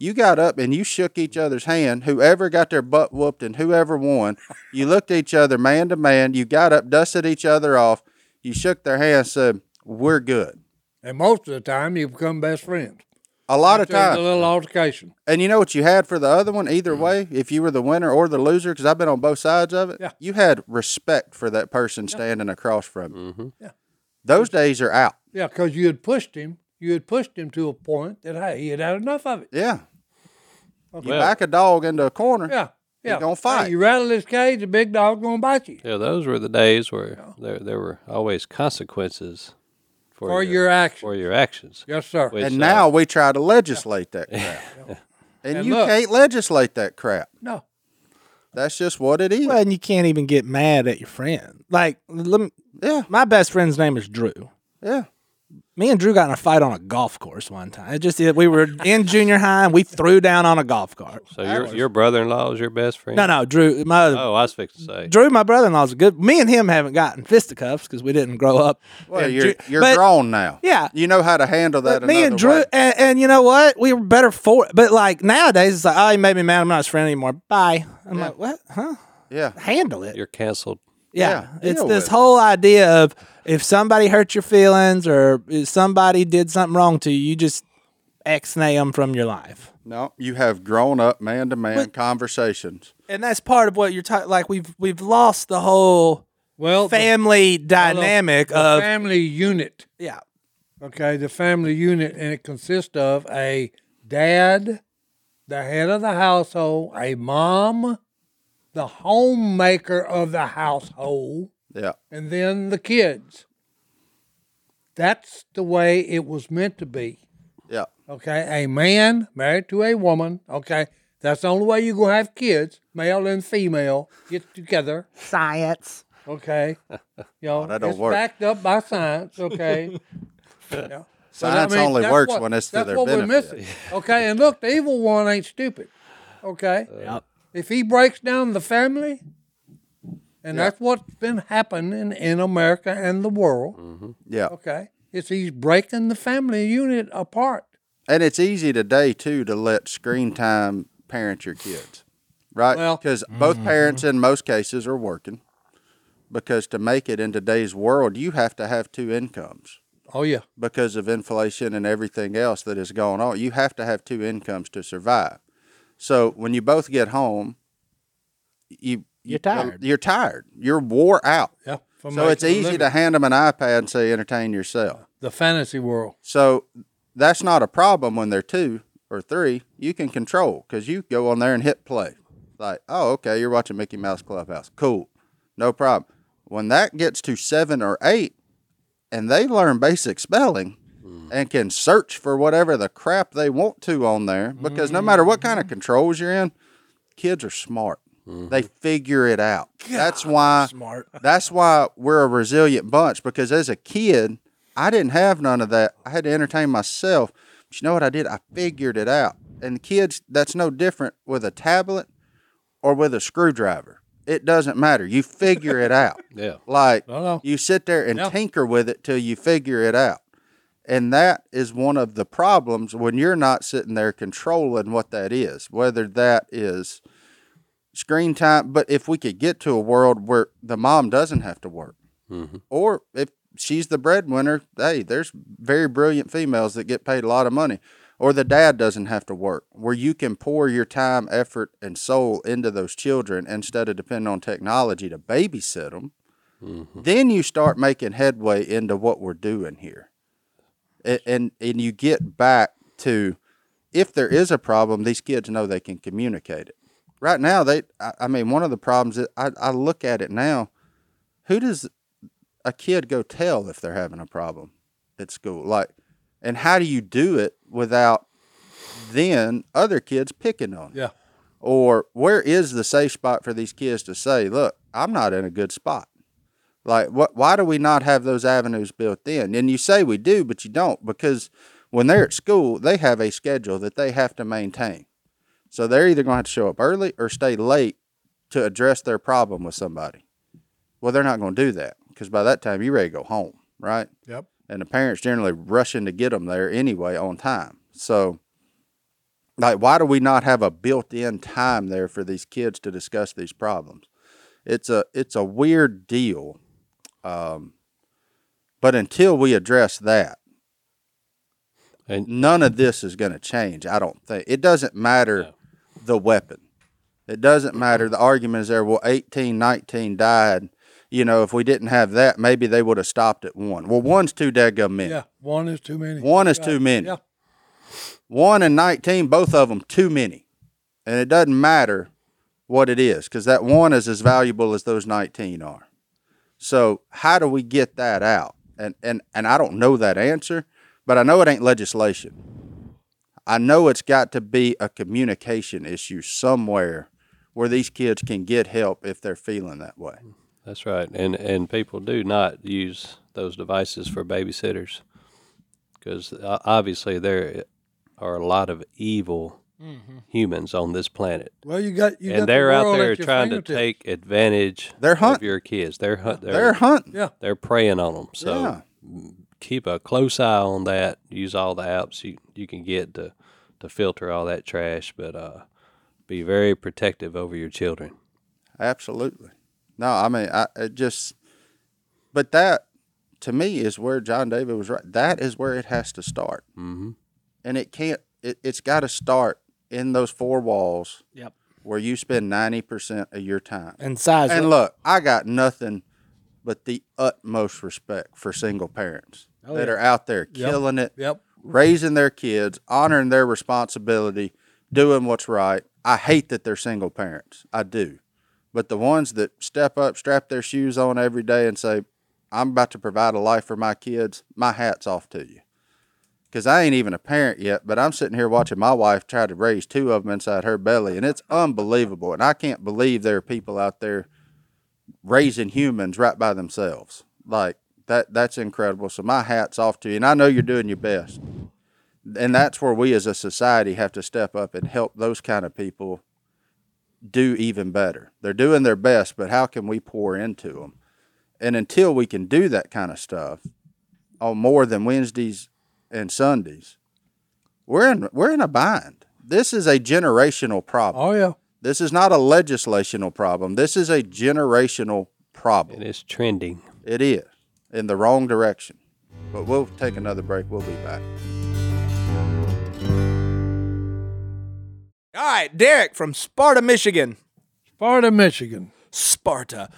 C: You got up and you shook each other's hand. Whoever got their butt whooped and whoever won, you looked at each other man to man. You got up, dusted each other off. You shook their hand, said, We're good.
B: And most of the time, you become best friends.
C: A lot of
B: After the
C: times.
B: little altercation.
C: And you know what you had for the other one? Either
E: Mm-hmm.
C: way, if you were the winner or the loser, because I've been on both sides of it,
B: Yeah.
C: you had respect for that person standing across from you.
A: Mm-hmm.
C: Those days are out.
B: Yeah, because you had pushed him. You had pushed him to a point that hey, he had had enough of it.
C: Yeah. You
A: Well-
C: back a dog into a corner.
B: Yeah, yeah.
C: gonna
B: Hey,
C: fight.
B: you rattle his cage, the big dog gonna bite you
A: Yeah, those were the days where there there were always consequences for,
B: for
A: your,
B: your action.
A: for your actions.
B: Yes, sir.
A: Which,
C: And
A: uh,
C: now we try to legislate that crap. and,
B: And
C: you
B: look-
C: can't legislate that crap.
B: No,
C: That's just what it is.
E: Well, and you can't even get mad at your friend. Like, let me,
C: yeah.
E: my best friend's name is Drew.
C: Yeah.
E: Me and Drew got in a fight on a golf course one time. It just we were in junior high and we threw down on a golf cart.
A: so your your brother in law is your best friend.
E: No, no, Drew, my other
A: Oh, I was fixing to say.
E: Drew, my brother in law's a good. Me and him haven't gotten fisticuffs because we didn't grow up.
C: Well,
E: in
C: you're
E: ju-
C: you're
E: but-
C: grown now.
E: Yeah.
C: You know how to handle that.
E: But me
C: another
E: and Drew,
C: way.
E: and, and you know what? We were better for it. But like nowadays, it's like, oh, he made me mad. I'm not his friend anymore. Bye. I'm like, what? Huh?
C: Yeah.
E: Handle it.
A: You're canceled.
E: Yeah.
C: yeah,
E: it's
C: deal
E: this
C: with it.
E: whole idea of if somebody hurt your feelings or if somebody did something wrong to you, you just ex them from your life.
C: No, you have grown up man to man conversations.
E: And that's part of what you're talking. Like we've we've lost the whole
B: well, the-
E: family
B: the-
E: dynamic
B: the
E: of
B: family unit.
E: yeah.
B: Okay, the family unit, and it consists of a dad, the head of the household, a mom, the homemaker of the household,
C: Yeah.
B: and then the kids. That's the way it was meant to be.
C: Yeah.
B: Okay, a man married to a woman. Okay, that's the only way you're gonna have kids, male and female, get together.
E: Science.
B: Okay, you know
C: Oh, that don't
B: it's
C: work.
B: backed up by science. Okay, Yeah.
C: Science
B: I mean,
C: only
B: that's
C: works
B: what-
C: when it's to
B: that's
C: their
B: what we're
C: benefit.
B: missing. Okay, and look, the evil one ain't stupid. Okay,
C: Uh.
D: Yep.
B: if he breaks down the family, and that's what's been happening in America and the world.
C: Mm. Yeah.
B: Okay, it's he's breaking the family unit apart.
C: And it's easy today too to let screen time parent your kids, right?
B: Well-
C: Because
D: Mm-hmm.
C: both parents in most cases are working. Because to make it in today's world, you have to have two incomes
B: Oh yeah,
C: because of inflation and everything else that is going on. You have to have two incomes to survive. So when you both get home, you
D: You're tired.
C: You're tired. You're wore out.
B: yeah. for
C: So it's
B: making a
C: easy to
B: living.
C: hand them an iPad and say, entertain yourself.
B: the fantasy world.
C: So that's not a problem when they're two or three. You can control because you go on there and hit play. Like, oh, okay, you're watching Mickey Mouse Clubhouse. Cool. No problem. When that gets to seven or eight and they learn basic spelling and can search for whatever the crap they want to on there, because no matter what kind of controls you're in, kids are smart. They figure it out. that's why
E: Smart.
C: that's why we're a resilient bunch because as a kid, I didn't have none of that. I had to entertain myself. But you know what I did? I figured it out. And kids, that's no different with a tablet or with a screwdriver. It doesn't matter. You figure it out.
A: Yeah.
C: Like
B: No, no.
C: you sit there and
B: Yeah.
C: tinker with it till you figure it out. And that is one of the problems when you're not sitting there controlling what that is, whether that is screen time. But if we could get to a world where the mom doesn't have to work, or if she's the breadwinner, hey, there's very brilliant females that get paid a lot of money, or the dad doesn't have to work, where you can pour your time, effort, and soul into those children instead of depending on technology to babysit them. Then you start making headway into what we're doing here, and and, and you get back to if there is a problem, these kids know they can communicate it. Right now, they, I, I mean, one of the problems that I, I look at it now, who does a kid go tell if they're having a problem at school? Like, and how do you do it without then other kids picking on? it?
B: Yeah.
C: Or where is the safe spot for these kids to say, look, I'm not in a good spot? Like, what? Why do we not have those avenues built in? And you say we do, but you don't because when they're at school, they have a schedule that they have to maintain. So they're either going to have to show up early or stay late to address their problem with somebody. Well, they're not going to do that because by that time you're ready to go home, right?
B: Yep.
C: And the parents generally rushing to get them there anyway on time. So, like, why do we not have a built-in time there for these kids to discuss these problems? It's a it's a weird deal. um, But until we address that,
A: And-
C: none of this is going to change. I don't think it doesn't matter the weapon. It doesn't matter. The argument is there. Well, 18, 19 died. You know, if we didn't have that, maybe they would have stopped at one. Well, one's too daggum many.
B: Yeah, one is too many.
C: One is too many.
B: Yeah.
C: One and 19, both of them too many. And it doesn't matter what it is because that one is as valuable as those 19 are. So how do we get that out? And and and I don't know that answer, but I know it ain't legislation. I know it's got to be a communication issue somewhere where these kids can get help if they're feeling that way.
A: That's right, and and people do not use those devices for babysitters because obviously there are a lot of evil humans on this planet,
B: Well, you got you got
A: and they're
B: the
A: out
B: world
A: there
B: at your
A: trying to
B: fingertips.
A: take advantage
C: They're
A: of
C: hunting.
A: your kids. They're hunt. They're
C: They're
A: they're,
C: hunting.
B: Yeah.
A: preying on them. So
C: Yeah.
A: keep a close eye on that. Use all the apps you you can get to to filter all that trash, but uh, be very protective over your children.
C: Absolutely. No, I mean, I it just, but that to me is where John David was right. That is where it has to start. Mm-hmm. And it can't, it, it's got to start in those four walls
D: Yep.
C: where you spend 90% of your time.
D: And size.
C: And look, I got nothing but the utmost respect for single parents that are out there killing it,
B: Oh, Yep.
C: raising their kids, honoring their responsibility, doing what's right. I hate that they're single parents. I do. But the ones that step up, strap their shoes on every day and say, I'm about to provide a life for my kids, my hat's off to you. Because I ain't even a parent yet, but I'm sitting here watching my wife try to raise two of them inside her belly, and it's unbelievable. And I can't believe there are people out there raising humans right by themselves. Like, That that's incredible. So my hat's off to you, and I know you're doing your best. And that's where we as a society have to step up and help those kind of people do even better. They're doing their best, but how can we pour into them? And until we can do that kind of stuff on more than Wednesdays and Sundays, we're in we're in a bind. This is a generational problem.
B: Oh yeah.
C: This is not a legislational problem. This is a generational problem.
A: and it's trending.
C: It is in the wrong direction. But we'll take another break. We'll be back.
E: All right, Derek from Sparta, Michigan.
B: Sparta, Michigan.
E: Sparta.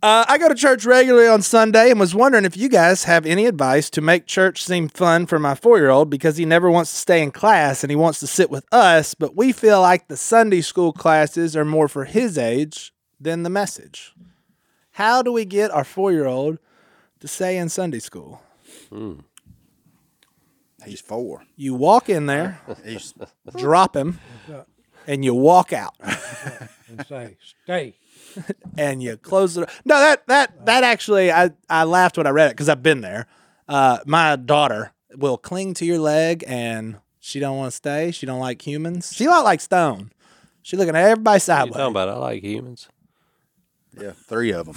E: Uh, I go to church regularly on Sunday and was wondering if you guys have any advice to make church seem fun for my four year old because he never wants to stay in class and he wants to sit with us, but we feel like the Sunday school classes are more for his age than the message. How do we get our four year old to stay in Sunday school?
C: He's four.
E: You walk in there,
C: He's
E: drop him, and you walk out.
B: And say, stay.
E: and you close the no that that that actually I I laughed when I read it because I've been there. Uh, my daughter will cling to your leg and she don't want to stay. She don't like humans. She not like stone. She looking at everybody
A: You talking
E: sideways.
A: about? I like humans.
C: yeah, three of them.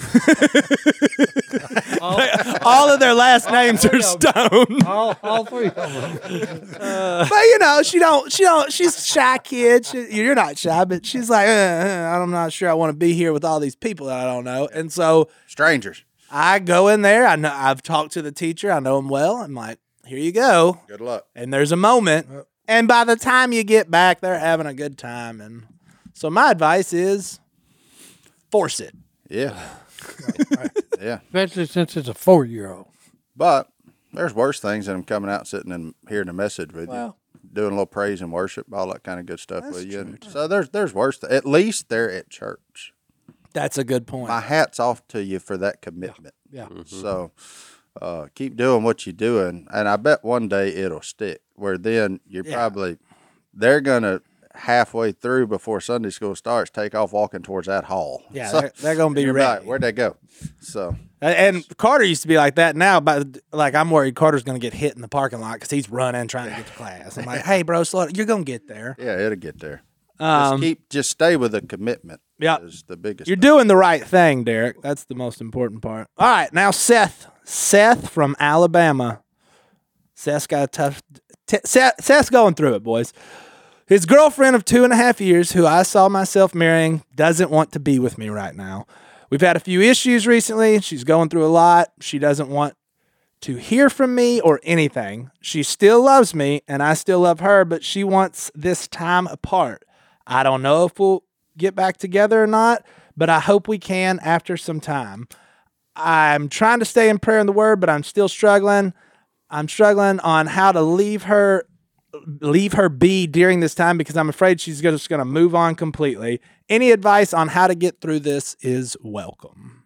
E: All of their last names are stone.
B: All, all three of them.
E: but you know she don't she don't she's a shy kid. She, you're not shy, but she's like uh, uh, I'm not sure I want to be here with all these people that I don't know. And so
C: Strangers.
E: I go in there. I know I've talked to the teacher. I know him well. I'm like, here you go.
C: Good luck.
E: and there's a moment and by the time you get back they're having a good time and so my advice is force it
C: Yeah. yeah.
B: Especially since it's a four year old.
C: But there's worse things than him coming out, sitting and hearing a message with you, doing a little praise and worship, all that kind of good stuff with you. And so there's there's worse. Th- at least they're at church.
E: that's a good point
C: My hat's off to you for that commitment.
B: Yeah.
C: So uh, keep doing what you're doing, and I bet one day it'll stick. Where then you're probably they're gonna halfway through before Sunday school starts take off walking towards that hall.
E: yeah
C: So-
E: they're, they're gonna be
C: you're
E: ready
C: right. Where'd they go? So
E: and and carter used to be like that now but like i'm worried carter's gonna get hit in the parking lot because he's running trying to get to class i'm like hey bro slow down. you're gonna get there
C: yeah, it'll get there. just
E: um,
C: keep just stay with the commitment.
E: Yeah.
C: is the biggest.
E: you're
C: thing.
E: doing the right thing derek that's the most important part all right now seth seth from alabama Seth's got a tough. T- Seth, Seth's going through it, boys. His girlfriend of two and a half years, who I saw myself marrying, doesn't want to be with me right now. We've had a few issues recently. She's going through a lot. She doesn't want to hear from me or anything. She still loves me and I still love her, but she wants this time apart. I don't know if we'll get back together or not, but I hope we can after some time. I'm trying to stay in prayer and the word, but I'm still struggling. I'm struggling on how to leave her leave her be during this time because I'm afraid she's just going to move on completely. Any advice on how to get through this is welcome.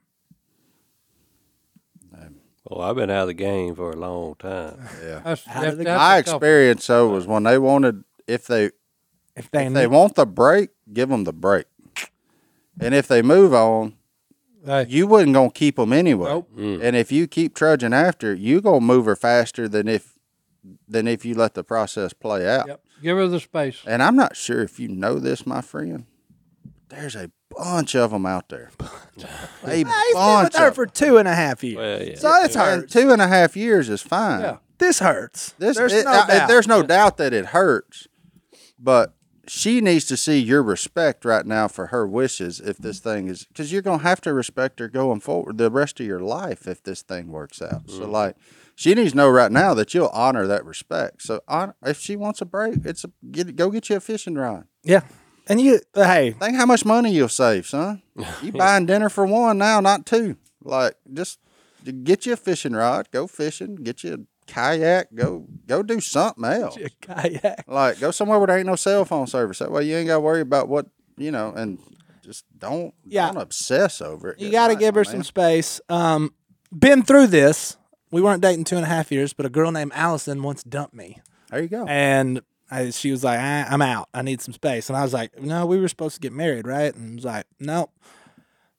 A: Well, Oh, I've been out of the game for a long time.
C: Yeah.
B: That's,
E: How did
B: that's,
E: they-
B: that's
C: My
B: a couple.
C: experience though was when they wanted if they
E: If they,
C: if they want the break, give them the break. And if they move on,
B: Hey,
C: you wasn't gonna keep them anyway.
B: Nope.
C: And if you keep trudging after, you gonna move her faster than if than if you let the process play out.
B: yep. Give her the space.
C: And I'm not sure if you know this, my friend. There's a bunch of them out there. a
E: he's been
C: bunch
E: with her
C: of
E: for two and a half years.
A: Well, yeah.
E: So it's
C: and
E: hurts.
C: two and a half years is fine.
B: Yeah.
E: This hurts.
C: This,
E: there's
C: it-
E: no
C: I-
E: doubt.
C: there's no doubt that it hurts, but she needs to see your respect right now for her wishes. If this thing is, because you're gonna have to respect her going forward the rest of your life if this thing works out.
E: Mm-hmm.
C: So like, she needs to know right now that you'll honor that respect. So honor, if she wants a break, it's a, get, go get you a fishing rod.
E: yeah. And you, uh, hey,
C: Think how much money you'll save, son. You buying dinner for one now, not two. Like just get you a fishing rod, go fishing, get you a kayak, go go do something else.
E: a kayak.
C: Like go somewhere where there ain't no cell phone service. That way you ain't got to worry about what you know, and just don't
E: Yeah.
C: don't obsess over it.
E: You
C: Good
E: got to
C: night,
E: give
C: my
E: her
C: man.
E: some space. Um, been through this. We weren't dating two and a half years, but a girl named Allison once dumped me.
C: There you go.
E: And I, she was like, I, I'm out. I need some space. And I was like, No, we were supposed to get married, right? And I was like, Nope.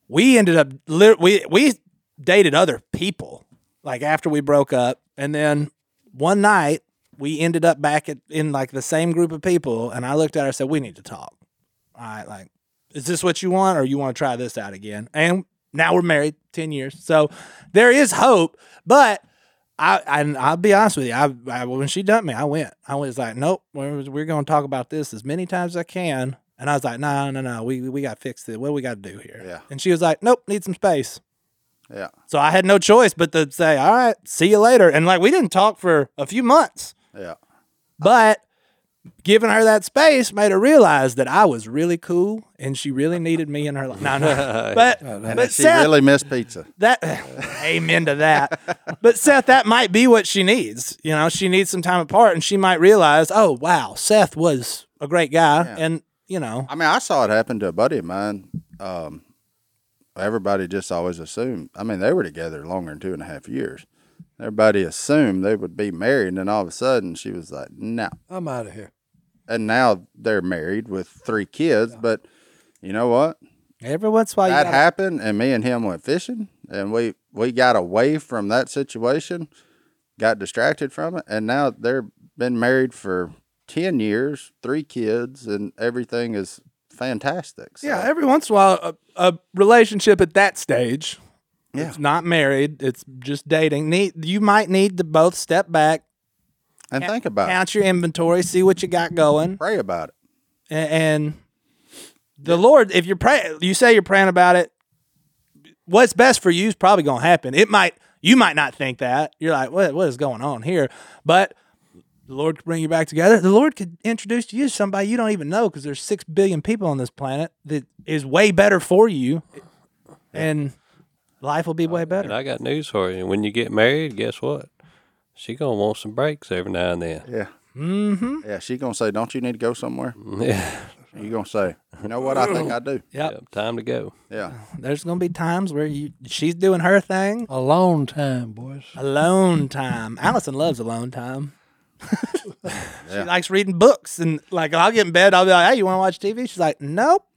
E: We ended up, lit- we, we dated other people. like after we broke up. And then one night we ended up back at, in like the same group of people. And I looked at her and said, We need to talk. All right. Like, is this what you want or you want to try this out again? And now we're married 10 years. So there is hope. But I, and I'll be honest with you. I, I when she dumped me, I went. I was like, nope. We're, we're going to talk about this as many times as I can. And I was like, no, no, no. We we got to fix it. What do we got to do here?
C: Yeah.
E: And she was like, nope. Need some space.
C: Yeah.
E: So I had no choice but to say, all right, see you later. And like we didn't talk for a few months,
C: Yeah.
E: but giving her that space made her realize that I was really cool and she really needed me in her life. No, no. But,
C: And
E: but
C: Oh, she
E: Seth,
C: really missed pizza.
E: that amen to that. But Seth, that might be what she needs. You know, she needs some time apart and she might realize, oh wow, Seth was a great guy. And, you know,
C: I mean, I saw it happen to a buddy of mine. Um, everybody just always assumed. I mean, they were together longer than two and a half years. Everybody assumed they would be married, and then all of a sudden, she was like, "No."
B: I'm out of here.
C: And now they're married with three kids. But you know what?
E: every once in a while Oh, you
C: that
E: gotta-
C: happened, and me and him went fishing, and we we got away from that situation, got distracted from it, and now they're been married for ten years, three kids, and everything is fantastic. So,
E: Yeah, every once in a while, a, a relationship at that stage,
C: Yeah.
E: it's not married, it's just dating. Need you might need to both step back,
C: and think about it,
E: count your inventory, see what you got going,
C: pray about it.
E: a- and, the Lord. If you're praying, you say you're praying about it. What's best for you is probably going to happen. It might you might not think that you're like what what is going on here, but. The Lord could bring you back together. The Lord could introduce you to somebody you don't even know because there's six billion people on this planet that is way better for you, and life will be way
A: And
E: better.
A: I got news for you. When you get married, guess what? She gonna want some breaks every now and then.
C: Yeah. Mm-hmm. Yeah, she gonna say, "Don't you need to go somewhere?"
A: Yeah.
C: You gonna say, "You know what? I think I do."
E: Yep.
A: Time to go.
C: Yeah.
E: There's gonna be times where you she's doing her thing,
B: A long time, boys.
E: alone time. Allison loves alone time. she
C: Yeah.
E: likes reading books and like I'll get in bed. I'll be like, "Hey, you want to watch TV?" She's like, "Nope,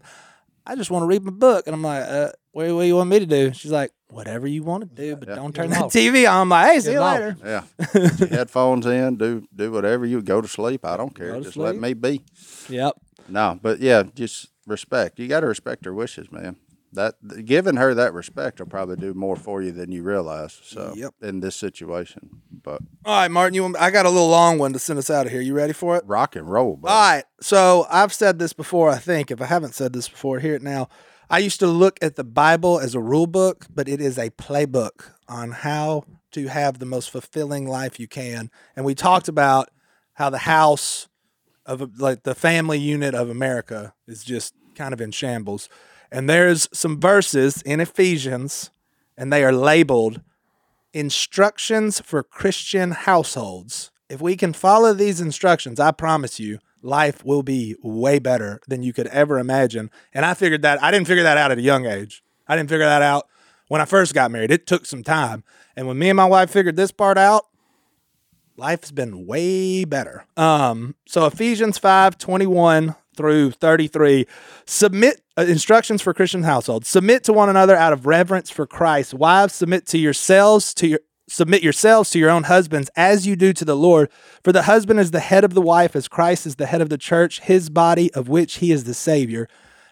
E: I just want to read my book." And I'm like, uh, what, "What do you want me to do?" She's like, "Whatever you want to do, but don't turn that
B: lost.
E: TV on." I'm like, "Hey, see you
B: lost.
E: later."
C: Yeah. Put your headphones in. Do do whatever you go to sleep. I don't care.
E: Go to
C: Just let
E: sleep.
C: me be.
E: Yep.
C: No, but yeah, just respect. You got to respect her wishes, man. That th- giving her that respect will probably do more for you than you realize. So
E: Yep.
C: in this situation, but
E: All right, Martin, you. want- I got a little long one to send us out of here. You ready for it?
C: rock and roll, buddy.
E: All right. So I've said this before, I think. If I haven't said this before, hear it now. I used to look at the Bible as a rule book, but it is a playbook on how to have the most fulfilling life you can. And we talked about how the house of like the family unit of America is just kind of in shambles. And there's some verses in Ephesians, and they are labeled instructions for Christian households. If we can follow these instructions, I promise you, life will be way better than you could ever imagine. And I figured that I didn't figure that out at a young age. I didn't figure that out when I first got married. It took some time. And when me and my wife figured this part out, life's been way better. Um, so Ephesians 5 21 through 33 submit uh, instructions for Christian households. Submit to one another out of reverence for Christ. Wives, submit to yourselves to your submit yourselves to your own husbands as you do to the Lord, for the husband is the head of the wife as Christ is the head of the church, his body of which he is the savior.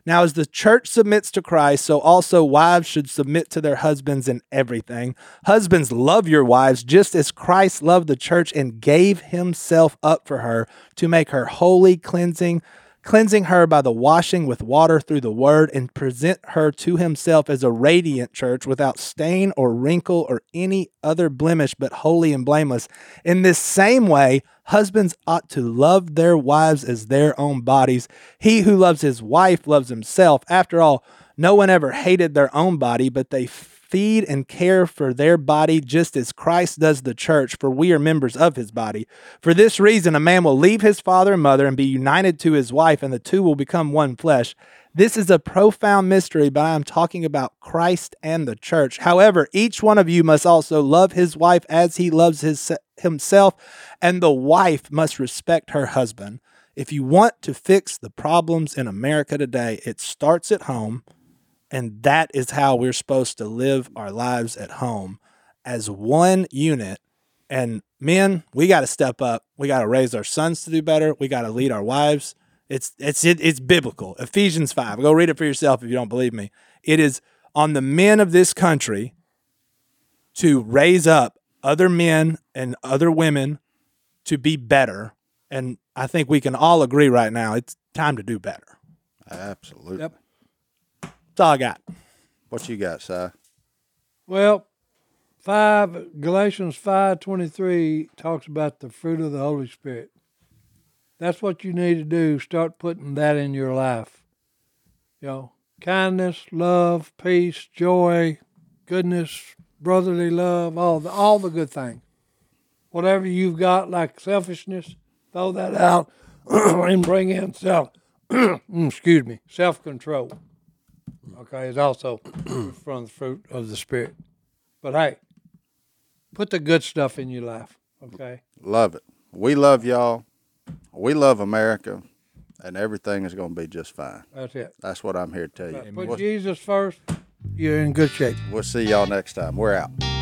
E: Now, as the church submits to Christ, so also wives should submit to their husbands in everything. Husbands, love your wives just as Christ loved the church and gave himself up for her to make her holy, cleansing, cleansing her by the washing with water through the word, and present her to himself as a radiant church without stain or wrinkle or any other blemish, but holy and blameless. In this same way, husbands ought to love their wives as their own bodies. He who loves his wife loves himself. After all, no one ever hated their own body, but they feed and care for their body just as Christ does the church, for we are members of his body. For this reason, a man will leave his father and mother and be united to his wife, and the two will become one flesh. This is a profound mystery, but I am talking about Christ and the church. However, each one of you must also love his wife as he loves his, himself, and the wife must respect her husband. If you want to fix the problems in America today, it starts at home. And that is how we're supposed to live our lives at home. as one unit. And men, we got to step up. We got to raise our sons to do better. We got to lead our wives. It's it's it, it's biblical. Ephesians five. Go read it for yourself if you don't believe me. It is on the men of this country to raise up other men and other women to be better. And I think we can all agree right now it's time to do better.
C: Absolutely.
E: Yep. That's all I got.
C: What you got, Si?
B: Well, five Galatians five twenty three talks about the fruit of the Holy Spirit. That's what you need to do. Start putting that in your life. You know, kindness, love, peace, joy, goodness, brotherly love, all the all the good things. Whatever you've got, like selfishness, throw that out and bring in self. mm, excuse me, self control. Okay, is also from the fruit of the spirit. But hey, put the good stuff in your life. Okay.
C: Love it. We love y'all. We love America, and everything is going to be just fine.
B: That's it.
C: That's what I'm here to tell you.
B: Put
C: We'll,
B: Jesus first, you're in good shape.
C: we'll see y'all next time. We're out.